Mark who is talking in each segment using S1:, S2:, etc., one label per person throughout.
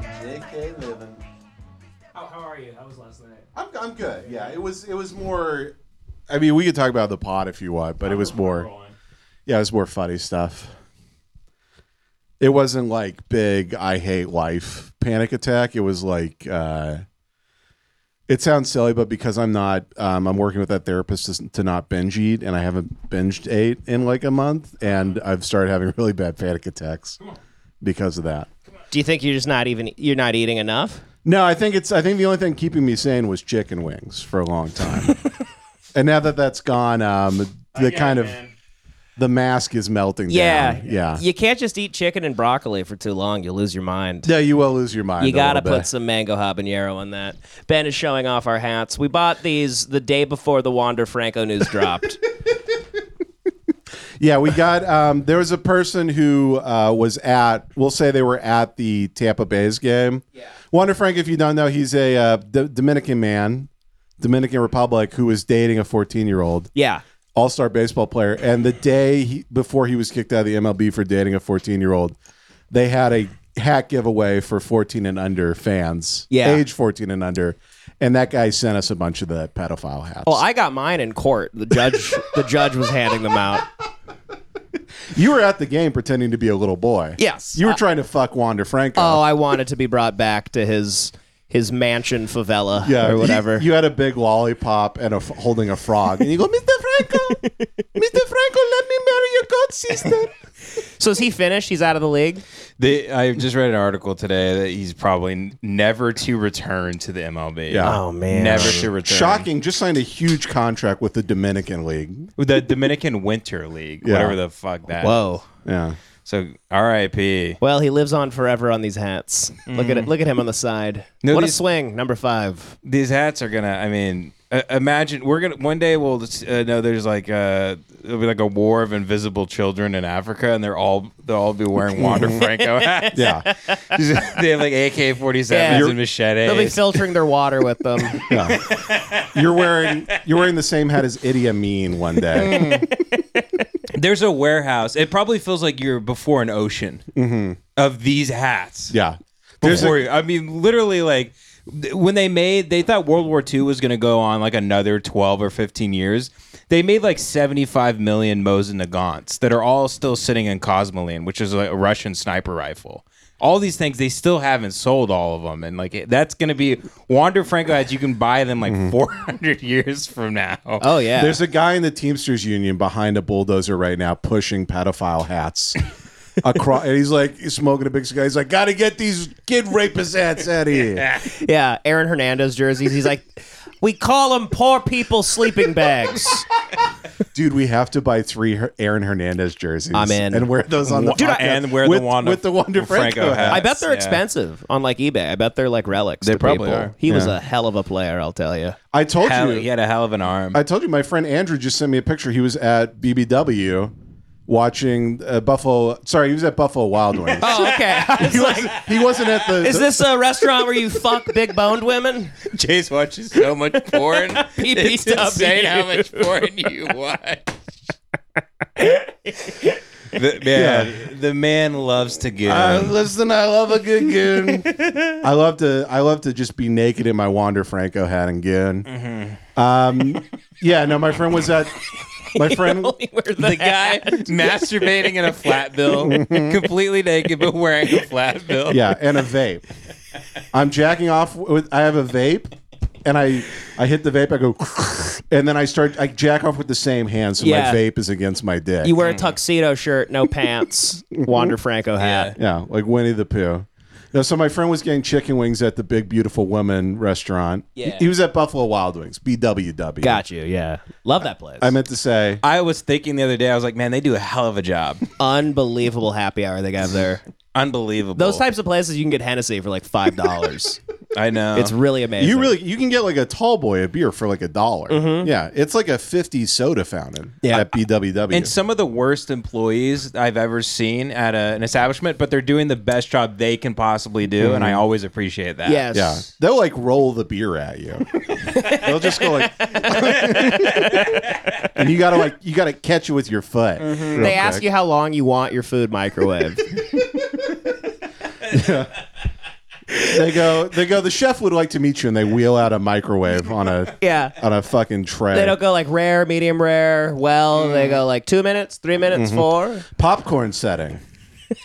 S1: day living.
S2: How, how are you? How was last night?
S1: I'm, I'm good. Yeah, it was it was more. I mean, we could talk about the pod if you want, but it was more.
S2: Rolling.
S1: Yeah, it was more funny stuff. It wasn't like big "I hate life" panic attack. It was like. uh it sounds silly, but because I'm not, um, I'm working with that therapist to, s- to not binge eat, and I haven't binged ate in like a month, and I've started having really bad panic attacks because of that.
S3: Do you think you're just not even you're not eating enough?
S1: No, I think it's. I think the only thing keeping me sane was chicken wings for a long time, and now that that's gone, um, the kind of the mask is melting.
S3: Oh, Yeah,
S1: down. yeah.
S3: You can't just eat chicken and broccoli for too long. You'll lose your mind.
S1: No, you will lose your mind.
S3: You
S1: a little
S3: gotta
S1: bit.
S3: put some mango habanero on that. Ben is showing off our hats. We bought these the day before the Wander Franco news dropped.
S1: Yeah, we got. Um, there was a person who uh, was at. We'll say they were at the Tampa Bay's game. Yeah. Wonder Frank, if you don't know, he's a uh, D- Dominican man, Dominican Republic, who was dating a 14 year old.
S3: yeah,
S1: all star baseball player. And the day he, before he was kicked out of the MLB for dating a 14 year old, they had a hat giveaway for 14 and under fans,
S3: Yeah.
S1: age 14 and under. And that guy sent us a bunch of the pedophile hats.
S3: Well, I got mine in court. The judge, the judge was handing them out.
S1: you were at the game pretending to be a little boy.
S3: Yes.
S1: You were trying to fuck Wander Franco.
S3: Oh, I wanted to be brought back to his his mansion favela
S1: yeah,
S3: or whatever.
S1: You, you had a big lollipop and a f- holding a frog, and you go, "Mr. Franco, Mr. Franco, let me marry your god sister."
S3: so is he finished? He's out of the league.
S4: They, I just read an article today that he's probably n- never to return to the MLB.
S1: Yeah.
S3: Oh man.
S4: Never to return.
S1: Shocking! Just signed a huge contract with the Dominican League.
S4: The Dominican Winter League,
S1: Yeah.
S4: whatever the fuck that.
S3: Whoa.
S1: Yeah.
S4: So R.I.P.
S3: Well, he lives on forever on these hats. Look at it. Look at him on the side.
S4: No,
S3: what a
S4: these-
S3: swing, number five.
S4: These hats are gonna. I mean, uh, imagine we're gonna one day we'll just, uh, know there's like uh it'll be like a war of invisible children in Africa, and they're all they'll all be wearing Wander Franco hats.
S1: Yeah.
S4: they have like AK-47s
S3: Yeah.
S4: and machetes.
S3: They'll be filtering their water with them.
S1: Yeah. You're wearing you're wearing the same hat as Idi Amin one day.
S4: There's a warehouse. It probably feels like you're before an ocean
S1: Mm-hmm.
S4: of these hats.
S1: yeah. There's
S4: Before you, I mean, literally, like th- when they made, they thought World War II was going to go on like another 12 or 15 years. They made like 75 million Mosin Nagants that are all still sitting in Cosmolene, which is like a Russian sniper rifle. All these things they still haven't sold all of them, and like it- that's going to be Wander Franco hats. You can buy them like 400 years from now.
S3: Oh yeah.
S1: there's a guy in the Teamsters Union behind a bulldozer right now pushing pedophile hats. Across, and he's like he's smoking a big cigar. He's like, "Gotta get these kid rapist hats out of here."
S3: yeah. Aaron Hernandez jerseys. He's like, we call them poor people sleeping bags.
S1: Dude, we have to buy three Her- Aaron Hernandez jerseys.
S3: I'm in.
S1: and wear those on the
S4: Dude, I-
S1: podcast
S4: and wear the
S1: with,
S4: Wanda-
S1: with the Wanda Franco,
S4: Franco
S1: hat.
S4: hat.
S3: I bet they're
S4: Yeah.
S3: expensive on like eBay. I bet they're like relics. They
S4: probably are.
S3: He was
S1: Yeah.
S3: a hell of a player, I'll tell you.
S1: I told
S4: Hell,
S1: you
S4: he had a hell of an arm.
S1: I told you my friend Andrew just sent me a picture. He was at BBW watching uh, Buffalo. Sorry, he was at Buffalo Wild Wings.
S3: Oh, okay.
S1: he, wasn't, he wasn't at the.
S3: Is this a restaurant where you fuck big boned women?
S4: Chase watches so much porn.
S3: It's insane how
S4: much porn you watch. the,
S1: Yeah.
S4: man, the man loves to give.
S1: Uh, listen, I love a good goon. I love to. I love to just be naked in my Wander Franco hat and goon. Um, yeah, no, my friend was at. My friend.
S4: the guy masturbating in a flat bill, completely naked but wearing a flat bill.
S1: Yeah, and a vape. I'm jacking off with. I have a vape, and I I hit the vape. I go, and then I start. I jack off with the same hand, so
S3: Yeah.
S1: my vape is against my dick.
S3: You wear a tuxedo shirt, no pants, Wander Franco hat.
S1: Yeah, like Winnie the Pooh. No, so my friend was getting chicken wings at the Big Beautiful Women restaurant.
S3: Yeah.
S1: He- He was at Buffalo Wild Wings, BWW.
S3: Got you. Yeah. Love that place.
S1: I meant to say,
S4: I was thinking the other day, I was like, man, they do a hell of a job.
S3: Unbelievable happy hour they got there.
S4: Unbelievable.
S3: Those types of places you can get Hennessy for like five dollars.
S4: I know.
S3: it's really amazing. Mm-hmm.
S1: you really you can get like a tall boy a beer for like a dollar. Yeah, it's like a 50 soda fountain
S3: Yeah.
S1: at BWW.
S4: and some of the worst employees I've ever seen at a, an establishment, but they're doing the best job they can possibly do, and I always appreciate that.
S3: yes.
S1: Mm-hmm. yeah, they'll like roll the beer at you. they'll just go like, and you gotta like you gotta catch it with your foot.
S3: Mm-hmm. They ask you how long you want your food microwaved.
S1: They go, they go. The chef would like to meet you, and they wheel out a microwave on a
S3: Yeah.
S1: on a fucking tray.
S3: They don't go like rare, medium rare, well. They go like two minutes, three minutes,
S1: Mm-hmm.
S3: four.
S1: popcorn setting.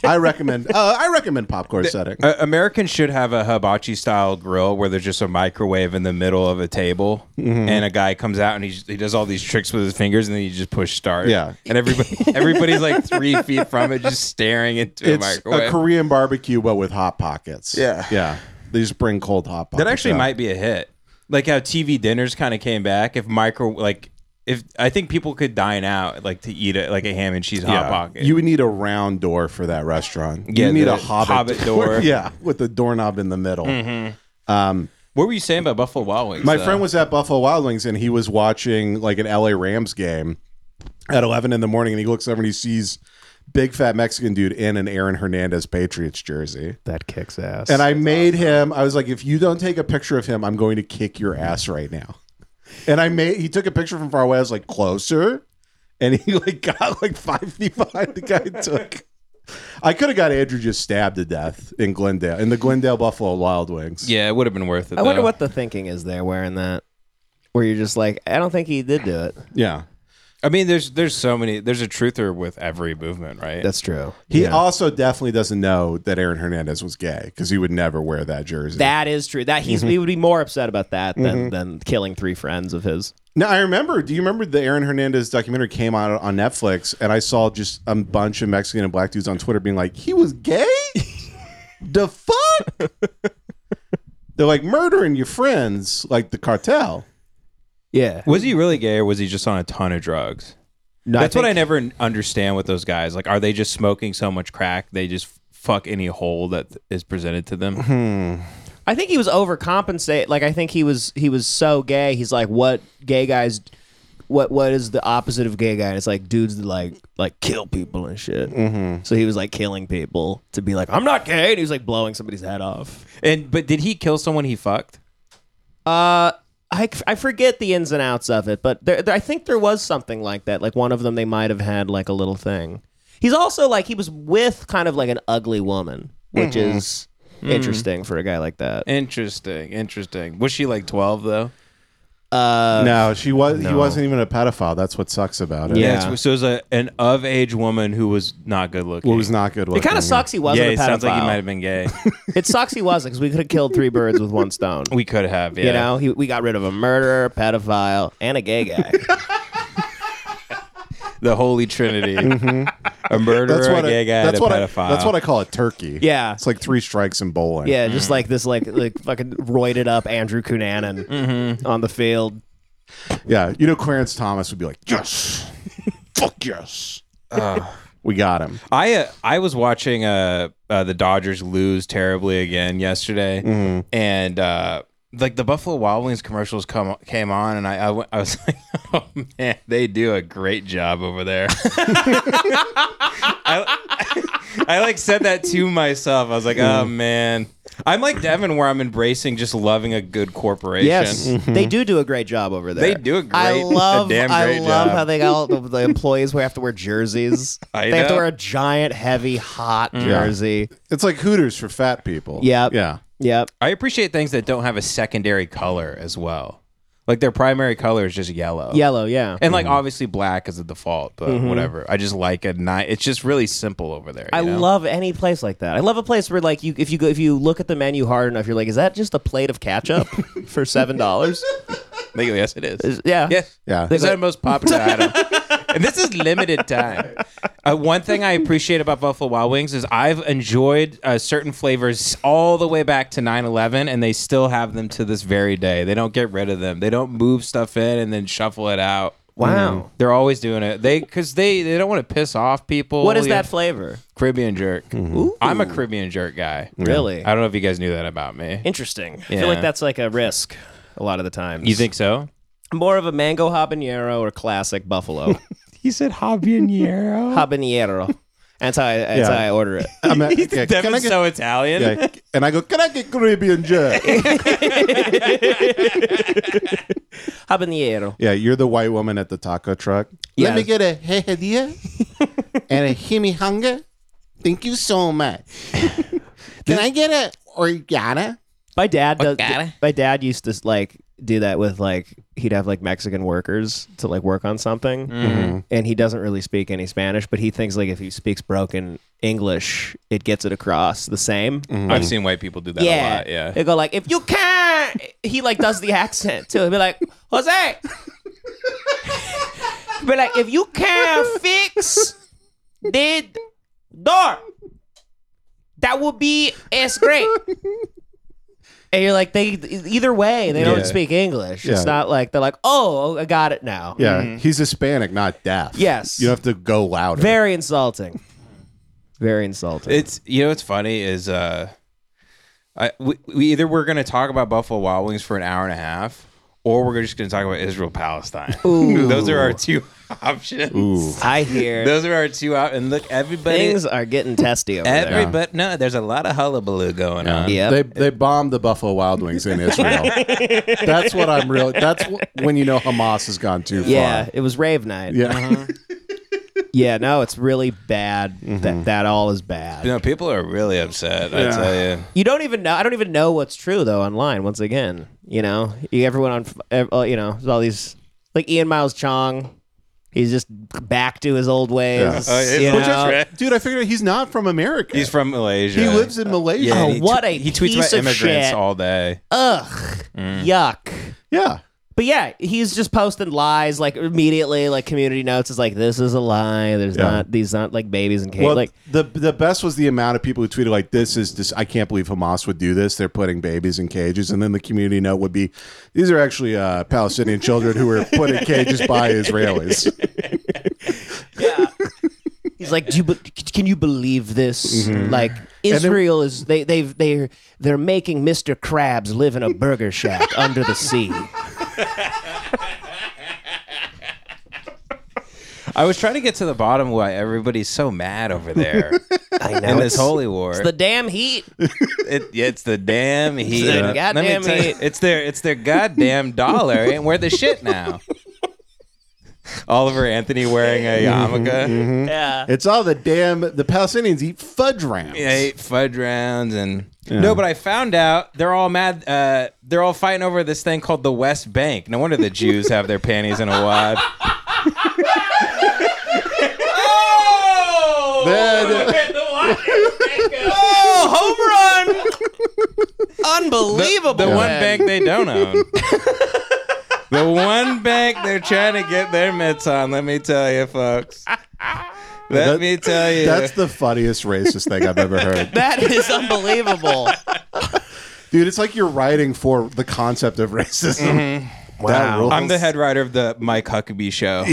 S1: I recommend. Uh, I recommend popcorn setting.
S4: Uh, Americans should have a hibachi style grill where there's just a microwave in the middle of a table,
S1: Mm-hmm.
S4: and a guy comes out and he, he does all these tricks with his fingers, and then you just push start.
S1: Yeah.
S4: and everybody everybody's like three feet from it, just staring into
S1: it's
S4: a microwave.
S1: a Korean barbecue, but with hot pockets.
S4: Yeah.
S1: yeah. They just bring cold hot pockets.
S4: that actually
S1: out.
S4: might be a hit. Like how TV dinners kind of came back. If micro like if I think people could dine out like to eat a, like a ham and cheese hot
S1: Yeah.
S4: pocket.
S1: You would need a round door for that restaurant.
S4: Yeah,
S1: you need
S4: the
S1: a hobbit,
S4: hobbit door. Mm-hmm.
S1: yeah, with the doorknob in the middle.
S4: what were you saying about Buffalo Wild Wings?
S1: My
S4: though?
S1: friend was at Buffalo Wild Wings and he was watching like an LA Rams game at 11 in the morning, and he looks over and he sees big fat Mexican dude in an Aaron Hernandez Patriots jersey.
S5: That kicks ass.
S1: And I made him. I was like, if you don't take a picture of him, I'm going to kick your ass right now. And I made. He took a picture from far away. I was like, closer. And he like got like five feet behind the guy. Took. I could have got Andrew just stabbed to death in Glendale in the Glendale Buffalo Wild Wings.
S4: Yeah, it would have been worth it.
S3: I wonder
S4: though.
S3: what the thinking is there wearing that. Where you're just like, I don't think he did do it.
S1: Yeah.
S4: I mean, there's there's so many. There's a truther with every movement, right?
S3: That's true.
S1: He also definitely doesn't know that Aaron Hernandez was gay because he would never wear that jersey.
S3: That is true. That he's
S1: Mm-hmm.
S3: he would be more upset about that than than killing three friends of his.
S1: No, I remember. Do you remember the Aaron Hernandez documentary came out on Netflix, and I saw just a bunch of Mexican and black dudes on Twitter being like, "He was gay? the fuck?" They're like murdering your friends, like the cartel.
S3: Yeah,
S4: was he really gay or was he just on a ton of drugs? That's what I never n- understand with those guys. Like, are they just smoking so much crack they just f- fuck any hole that th- is presented to them?
S3: I think he was overcompensate. Like I think he was he was so gay. He's like, what gay guys? What what is the opposite of gay guy? And it's like dudes that like like kill people and shit. Mm-hmm. So he was like killing people to be like, I'm not gay. And he was like blowing somebody's head off.
S4: and but did he kill someone he fucked?
S3: Uh. I, I forget the ins and outs of it, but there, there, I think there was something like that. Like one of them, they might have had like a little thing. He's also like he was with kind of like an ugly woman, which is
S4: Mm-hmm.
S3: interesting for a guy like that.
S4: Interesting, interesting. Was she like twelve though?
S3: Uh,
S1: no, she was. He
S3: no.
S1: wasn't even a pedophile. That's what sucks about it.
S3: Yeah.
S4: That's- so it was a, an of age woman who was not good looking.
S1: what was not good.
S3: It kind of sucks he wasn't a pedophile.
S4: yeah, it sounds like he might have been gay.
S3: It sucks he wasn't because we could have killed three birds with one stone.
S4: we could have, yeah.
S3: You know, he, we got rid of a murderer, pedophile, and a gay guy.
S4: the holy trinity: a murderer,
S1: That's what.
S4: a
S1: I,
S4: gay guy,
S1: that's
S4: and a
S1: what. I,
S4: pedophile.
S1: that's what I call a turkey.
S3: Yeah.
S1: it's like three strikes in bowling.
S3: yeah, just like this, like like fucking roided up Andrew Cunanan
S4: Mm-hmm.
S3: on the field.
S1: yeah. You know, Clarence Thomas would be like, "Yes, fuck yes." we got him.
S4: I uh, I was watching uh, uh the Dodgers lose terribly again yesterday, and uh like the Buffalo Wild Wings commercials come came on, and I I, went, I was like, oh man, they do a great job over there. I, I like said that to myself. I was like, oh man, I'm like Devin, where I'm embracing just loving a good corporation.
S3: Yes, Mm. they do do a great job over there.
S4: Mm-hmm. They do a
S3: I
S4: great- a
S3: love,
S4: damn
S3: I
S4: great
S3: love
S4: job.
S3: how they got all the, the employees who have to wear jerseys.
S4: I
S3: they have to
S4: know. Mm.
S3: wear a giant, heavy, hot jersey.
S1: It's like Hooters for fat people.
S3: Yep.
S1: Yeah.
S3: Yep.
S4: I appreciate things that don't have a secondary color as well. Like their primary color is just yellow.
S3: Yellow. Yeah. Mm-hmm.
S4: And like obviously black is the default, but whatever. I just like a night. It's just really simple over there.
S3: I
S4: you know?
S3: love any place like that. I love a place where like you if you go if you look at the menu hard enough, you're like, is that just a plate of ketchup for seven dollars?
S4: Like, yes, it is.
S3: yeah.
S4: Yes.
S1: Yeah.
S4: This is our most popular item. And this is limited time. Uh, one thing I appreciate about Buffalo Wild Wings is I've enjoyed uh, certain flavors all the way back to 9 11, and they still have them to this very day. They don't get rid of them, they don't move stuff in and then shuffle it out. Mm.
S3: Wow.
S4: They're always doing it. They because they they don't want to piss off people.
S3: What is
S4: you know?
S3: that flavor?
S4: Caribbean jerk? I'm a Caribbean jerk guy.
S3: Really?
S4: I don't know if you guys knew that about me.
S3: Interesting. I
S4: Yeah.
S3: feel like that's like a risk a lot of the times.
S4: You think so?
S3: more of a mango habanero or classic buffalo
S4: He said habanero.
S3: habanero? That's how I, that's
S1: Yeah.
S3: how I order it.
S1: I'm at- yeah, can I
S4: Devin's
S1: get,
S4: so Italian.
S1: yeah, and I go, can I get Caribbean jerk?
S3: Habanero.
S1: yeah, you're the white woman at the taco truck.
S3: Yes.
S1: get a jejadilla and a himi hunger. Thank you so much.
S5: Can I get it organa?
S3: My dad does.
S5: Okay.
S3: My dad used to like do that with like he'd have like Mexican workers to like work on something, and he doesn't really speak any Spanish, but he thinks like if he speaks broken English, it gets it across the same.
S4: I've seen white people do that a lot. Yeah.
S3: They go like, if you can, he like does the accent too. He'll be like, Jose. but like, if you can fix the door, that would be as great. And you're like, they either way, they
S1: Yeah.
S3: don't speak English.
S1: Yeah.
S3: It's not like they're like, oh, I got it now.
S1: Yeah, Mm-hmm. he's Hispanic, not deaf.
S3: Yes.
S1: you have to go louder.
S3: Very insulting. Very insulting.
S4: It's you know what's funny is uh, I we, we either we're gonna talk about Buffalo Wild Wings for an hour and a half, or we're just gonna talk about Israel Palestine. Those are our two options.
S1: Ooh.
S3: I hear
S4: Those are our two options. And look, everybody,
S3: things are getting testy over there.
S4: everybody. No, there's a lot of hullabaloo going on.
S3: Yep.
S1: They they bombed the Buffalo Wild Wings in Israel. that's what I'm real. That's wh- when you know Hamas has gone too far.
S3: Yeah, it was rave night.
S1: Yeah.
S3: Yeah, no, it's really bad.
S1: Mm-hmm.
S3: That that all is bad.
S4: You know, people are really upset. I
S1: Yeah.
S4: tell you.
S3: You don't even know. I don't even know what's true though online. Once again, you know, you, everyone on, ev- uh, you know, there's all these like Ian Miles Chong. He's just back to his old ways.
S1: Yeah.
S4: Oh, it's
S3: you
S4: Miles
S3: know?
S4: Chong.
S1: Dude, I figured out he's not from America.
S4: He's from Malaysia.
S1: he lives in Malaysia.
S4: Yeah,
S3: Oh,
S4: he tw-
S3: what a
S4: he tweets
S3: piece
S4: about
S3: of
S4: immigrants
S3: shit.
S4: all day.
S3: Ugh, yuck.
S1: yeah.
S3: But yeah, he's just posting lies like immediately. Like community notes is like this is a lie. There's
S1: Yeah.
S3: not these not like babies and kids.
S1: Well,
S3: like
S1: the the best was the amount of people who tweeted like, "This is just I can't believe Hamas would do this. They're putting babies in cages." And then the community note would be, "These are actually uh, Palestinian children who were put in cages by Israelis."
S3: He's like, do you be- can you believe this?
S4: Mm-hmm.
S3: Like Israel is they they've they're they're making Mr. Krabs live in a burger shack under the sea.
S4: I was trying to get to the bottom why everybody's so mad over there
S3: I know.
S4: in
S3: it's,
S4: this holy war.
S3: it's the damn heat.
S4: It, it's the damn heat.
S3: the
S4: Let me
S3: goddamn
S4: tell you,
S3: heat.
S4: It's their it's their goddamn dollar, and we're the shit now. Oliver Anthony wearing a yarmulke.
S3: Yeah.
S1: it's all the damn the Palestinians eat fudge rounds.
S4: They ate fudge rounds and no, but I found out they're all mad. Uh, they're all fighting over this thing called the West Bank. No wonder the Jews have their panties in a wad. oh!
S1: Then-
S4: home
S3: Unbelievable.
S4: run! The one bank they don't own. the one bank they're trying to get their mitts on. Let me tell you, folks. Let
S1: That-
S4: me tell you.
S1: that's the funniest racist thing I've ever heard.
S3: That is unbelievable.
S1: Dude, it's like you're writing for the concept of racism. That rules.
S4: Mm-hmm. I'm the head writer of the Mike Huckabee show.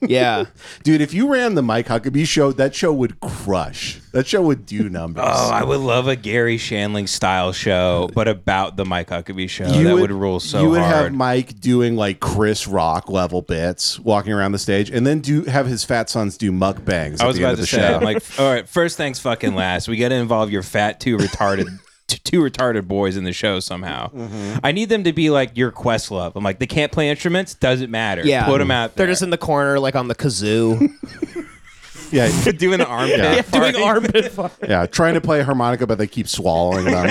S3: yeah.
S1: Dude, if you ran the Mike Huckabee show, that show would crush. That show would do numbers.
S4: Oh, I would love a Gary Shanling style show, but about the Mike Huckabee show. Oh, that would, rule so
S1: You would
S4: hard.
S1: have Mike doing like Chris Rock level bits, walking around the stage, and then do have his fat sons do mukbangs.
S4: I was
S1: at the end
S4: about
S1: of
S4: to
S1: the
S4: say,
S1: show.
S4: I'm like, all right, first things fucking last. We got to involve your fat two retarded. t- Two retarded boys in the show somehow.
S3: Mm-hmm.
S4: I need them to be like your quest love. I'm like, they can't play instruments. Doesn't matter.
S3: Yeah.
S1: Mm-hmm.
S4: Put them out there.
S3: They're just in the corner, like on the kazoo,
S1: yeah,
S4: doing the armpit.
S1: Yeah,
S4: part.
S3: doing armpit. fart.
S1: yeah, trying to play harmonica, but they keep swallowing them.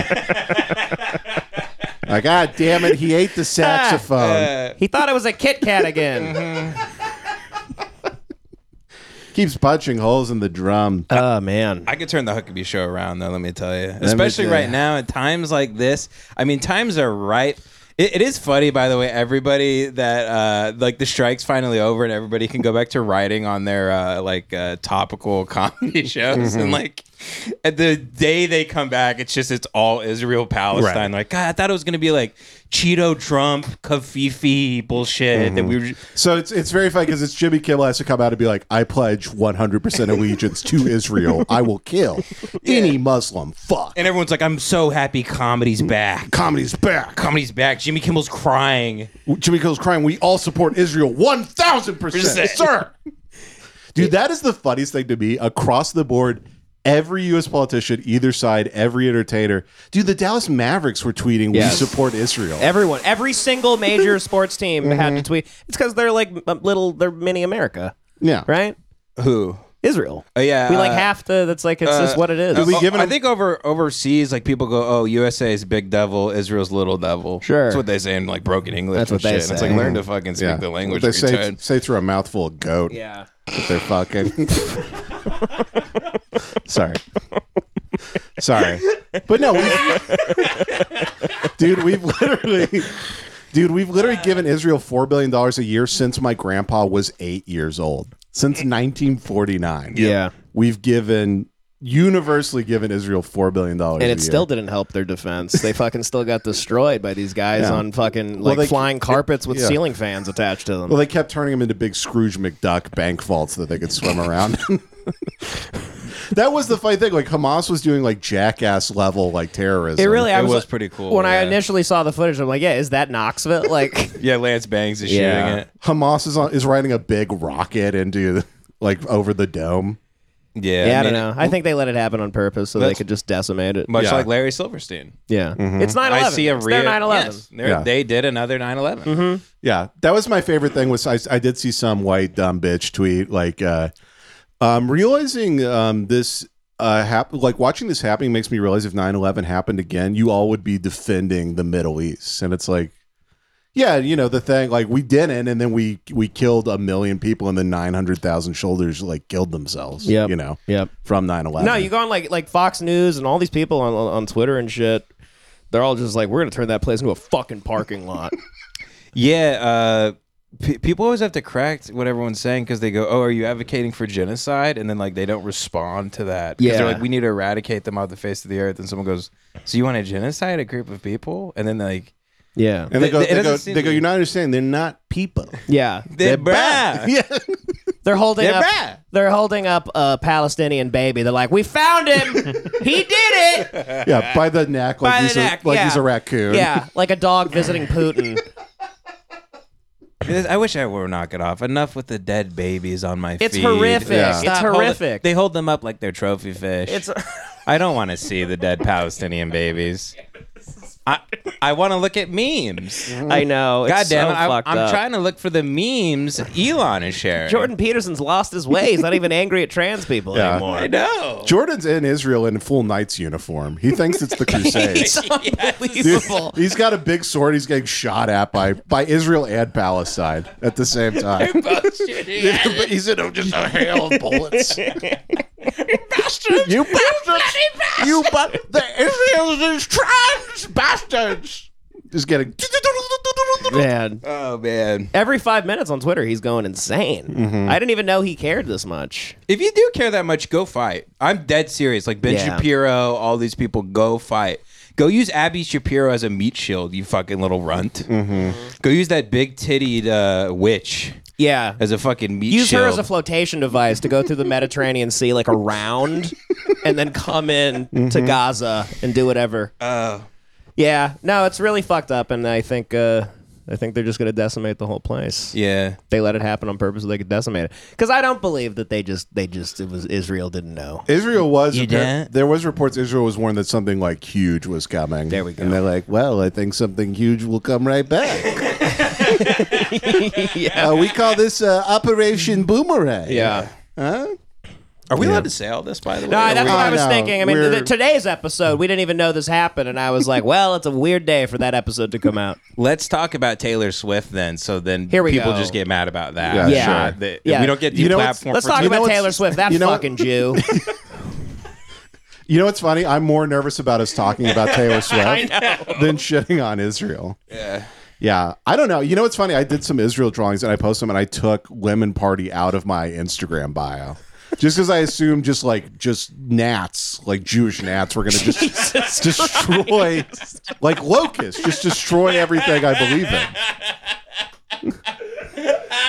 S1: like, ah, damn it, he ate the saxophone.
S4: Uh,
S3: He thought it was a Kit Kat
S4: Mm-hmm.
S3: again.
S1: Keeps punching holes in the drum.
S3: oh man.
S4: I could turn the Huckabee show around though. Let me tell you, especially
S1: tell
S4: right
S1: ya.
S4: now at times like this. I mean, times are ripe. It, it is funny, by the way. Everybody that uh, like the strike's finally over, and everybody can go back to writing on their uh, like uh, topical comedy shows. And like at the day they come back, it's just it's all Israel Palestine. Like God, I thought it was gonna be like Cheeto Trump Kafifi bullshit that we were. Just,
S1: So it's it's very funny because it's Jimmy Kimmel has to come out and be like, I pledge 100% allegiance to Israel. I will kill any Muslim. Fuck.
S4: and everyone's like, I'm so happy comedy's back.
S1: Comedy's back.
S4: Comedy's back. Jimmy Kimmel's crying.
S1: Jimmy Kimmel's crying. We all support Israel 1,000%. Sir. Dude, that is the funniest thing to me across the board. Every U.S. politician, either side, every entertainer. Dude, the Dallas Mavericks were tweeting,
S3: Yes.
S1: we support Israel.
S3: Everyone, every single major sports
S4: Mm-hmm.
S3: team had to tweet. It's because they're like m- little, they're mini America,
S1: yeah.
S3: right?
S4: Who?
S3: Israel.
S4: Oh, yeah,
S3: we like
S4: uh,
S3: half the. That's like it's just what it is.
S4: Uh,
S1: we
S4: oh,
S1: giving
S4: I
S1: him-
S4: think over overseas, like people go, "Oh, USA is big devil, Israel's little devil."
S3: Sure.
S4: that's what they say in like broken English.
S3: That's
S4: and
S3: what they
S4: shit. And It's
S3: say.
S4: like learn to fucking speak the language.
S1: They say,
S4: retard.
S1: say through a mouthful of goat.
S3: yeah.
S1: that they're fucking. Sorry. Sorry. But no, we, dude, we've literally, dude, we've literally given Israel four billion dollars a year since my grandpa was eight years old. Since 1949,
S3: Yeah.
S1: we've given universally given Israel four billion dollars,
S3: And it still didn't help their defense. They fucking still got destroyed by these guys
S1: Yeah.
S3: on fucking like
S1: they-
S3: flying carpets with
S1: yeah.
S3: ceiling fans attached to them.
S1: Well, they kept turning them into big Scrooge McDuck bank vaults that they could swim around. that was the funny thing. Like Hamas was doing like jackass level like terrorism.
S3: it really, I
S4: It
S3: was,
S4: was pretty cool,
S3: When I
S4: yeah.
S3: initially saw the footage, I'm like, yeah, is that Knoxville? Like,
S4: yeah, Lance Bangs is
S3: Yeah.
S4: shooting it.
S1: Hamas is on, is riding a big rocket into the- like over the dome.
S4: Yeah,
S3: yeah, I,
S4: mean,
S3: don't know. I think they let it happen on purpose so they
S4: That's-
S3: could just decimate it.
S4: Much
S1: Yeah.
S4: like Larry Silverstein.
S3: yeah, it's 9/11.
S4: I see a
S3: It's
S4: real
S3: their Mm-hmm. 9/11.
S4: Yes, they're-
S1: Yeah.
S4: They did another 9/11.
S1: Yeah, that was my favorite thing. Was I, I did see some white dumb bitch tweet like, uh, um, realizing um, this uh, hap- like watching this happening makes me realize if 9-11 happened again, you all would be defending the Middle East, and it's like, yeah, you know the thing like we didn't, and then we we killed a million people, and then nine hundred thousand soldiers like killed themselves.
S3: Yep.
S1: you know,
S3: Yep.
S1: from 9-11.
S3: No, you go on like like Fox News and all these people on on Twitter and shit. They're all just like, we're gonna turn that place into a fucking parking lot.
S4: Yeah, uh, pe people always have to correct what everyone's saying because they go, "Oh, are you advocating for genocide?" And then like they don't respond to that. 'Cause
S3: Yeah.
S4: they're like, "We need to eradicate them off the face of the earth." And someone goes, "So you want to genocide a group of people?" And then like,
S3: yeah,
S1: and they
S4: It-
S1: go,
S4: it
S1: they go,
S4: doesn't seem
S1: they go,
S4: to-
S1: you're not understanding. They're not people.
S3: yeah.
S4: "They're bad."
S1: Yeah.
S3: They're holding
S4: They're
S3: up.
S4: bad.
S3: They're holding up a Palestinian baby. They're like, we found him. he did it.
S1: yeah, by the neck, like
S3: By the
S1: he's
S3: neck,
S1: a like
S3: yeah.
S1: he's a raccoon.
S3: Yeah, like a dog visiting Putin.
S4: I wish I were knock it off. Enough with the dead babies on my
S3: It's
S4: feed.
S3: horrific.
S1: Yeah.
S3: It's
S4: Stop holding-
S3: horrific.
S4: they hold them up like they're trophy fish.
S3: It's
S4: I don't want to see the dead Palestinian babies. I I want to look at memes.
S3: I know. It's
S4: God damn
S3: so
S4: it! I,
S3: fucked
S4: I'm
S3: up.
S4: trying to look for the memes Elon is sharing.
S3: Jordan Peterson's lost his way. He's not even angry at trans people
S1: Yeah.
S4: I
S3: anymore.
S4: know.
S1: Jordan's in Israel in full knight's uniform. He thinks it's the Crusades.
S3: It's unbelievable.
S1: He's got a big sword. He's getting shot at by by Israel and Palestine at the same time. but he's in a, just a hail of bullets. you bastards! You bastards! You but the Israelis is trans bastards. Just getting.
S3: Man,
S4: Oh man!
S3: every five minutes on Twitter, he's going insane. I didn't even know he cared this much.
S4: If you do care that much, go fight. I'm dead serious. Like Ben
S3: Yeah.
S4: Shapiro, all these people, go fight. Go use Abby Shapiro as a meat shield, you fucking little runt.
S3: Mm-hmm.
S4: Go use that big tittied uh, witch
S3: Yeah.
S4: as a fucking meat
S3: Use
S4: shield.
S3: her as a flotation device to go through the Mediterranean Sea like around and then come in to Gaza and do whatever.
S1: Oh.
S4: Uh,
S3: Yeah. No, it's really fucked up and I think uh I think they're just going to decimate the whole place.
S4: yeah.
S3: They let it happen on purpose so they could decimate it. Cuz I don't believe that they just they just it was Israel didn't know.
S1: Israel was
S4: You
S1: appar-
S4: didn't?
S1: there was reports Israel was warned that something like huge was coming.
S3: There we go.
S1: And they're like, well, I think something huge will come right back.
S3: yeah.
S1: Uh, we call this uh, Operation Boomerang.
S3: Yeah.
S1: Huh?
S4: Are we allowed to say all this, by the way?
S3: No,
S4: Are
S3: that's
S4: we-
S3: what I was
S1: no,
S3: thinking. I mean,
S1: we're-
S3: th- today's episode, we didn't even know this happened, and I was like, "Well, it's a weird day for that episode to come out."
S4: Let's talk about Taylor Swift then, so then
S3: Here we
S4: people
S3: go.
S4: just get mad about that.
S1: Yeah,
S3: Yeah.
S4: Not
S3: sure.
S4: that-
S3: Yeah.
S4: We don't get
S1: You know what's-
S4: deplatformed
S3: Let's
S4: for
S3: talk
S1: You know
S3: about
S1: what's-
S3: Taylor Swift, that
S1: you know what-
S3: fucking Jew.
S1: You know what's funny? I'm more nervous about us talking about Taylor Swift than shitting on Israel. Yeah. Yeah. I don't know. You know what's funny? I did some Israel drawings and I posted them and I took Lemon Party out of my Instagram bio. Just because I assumed just like just gnats, like Jewish gnats, were gonna just destroy like locusts, just destroy everything I believe in.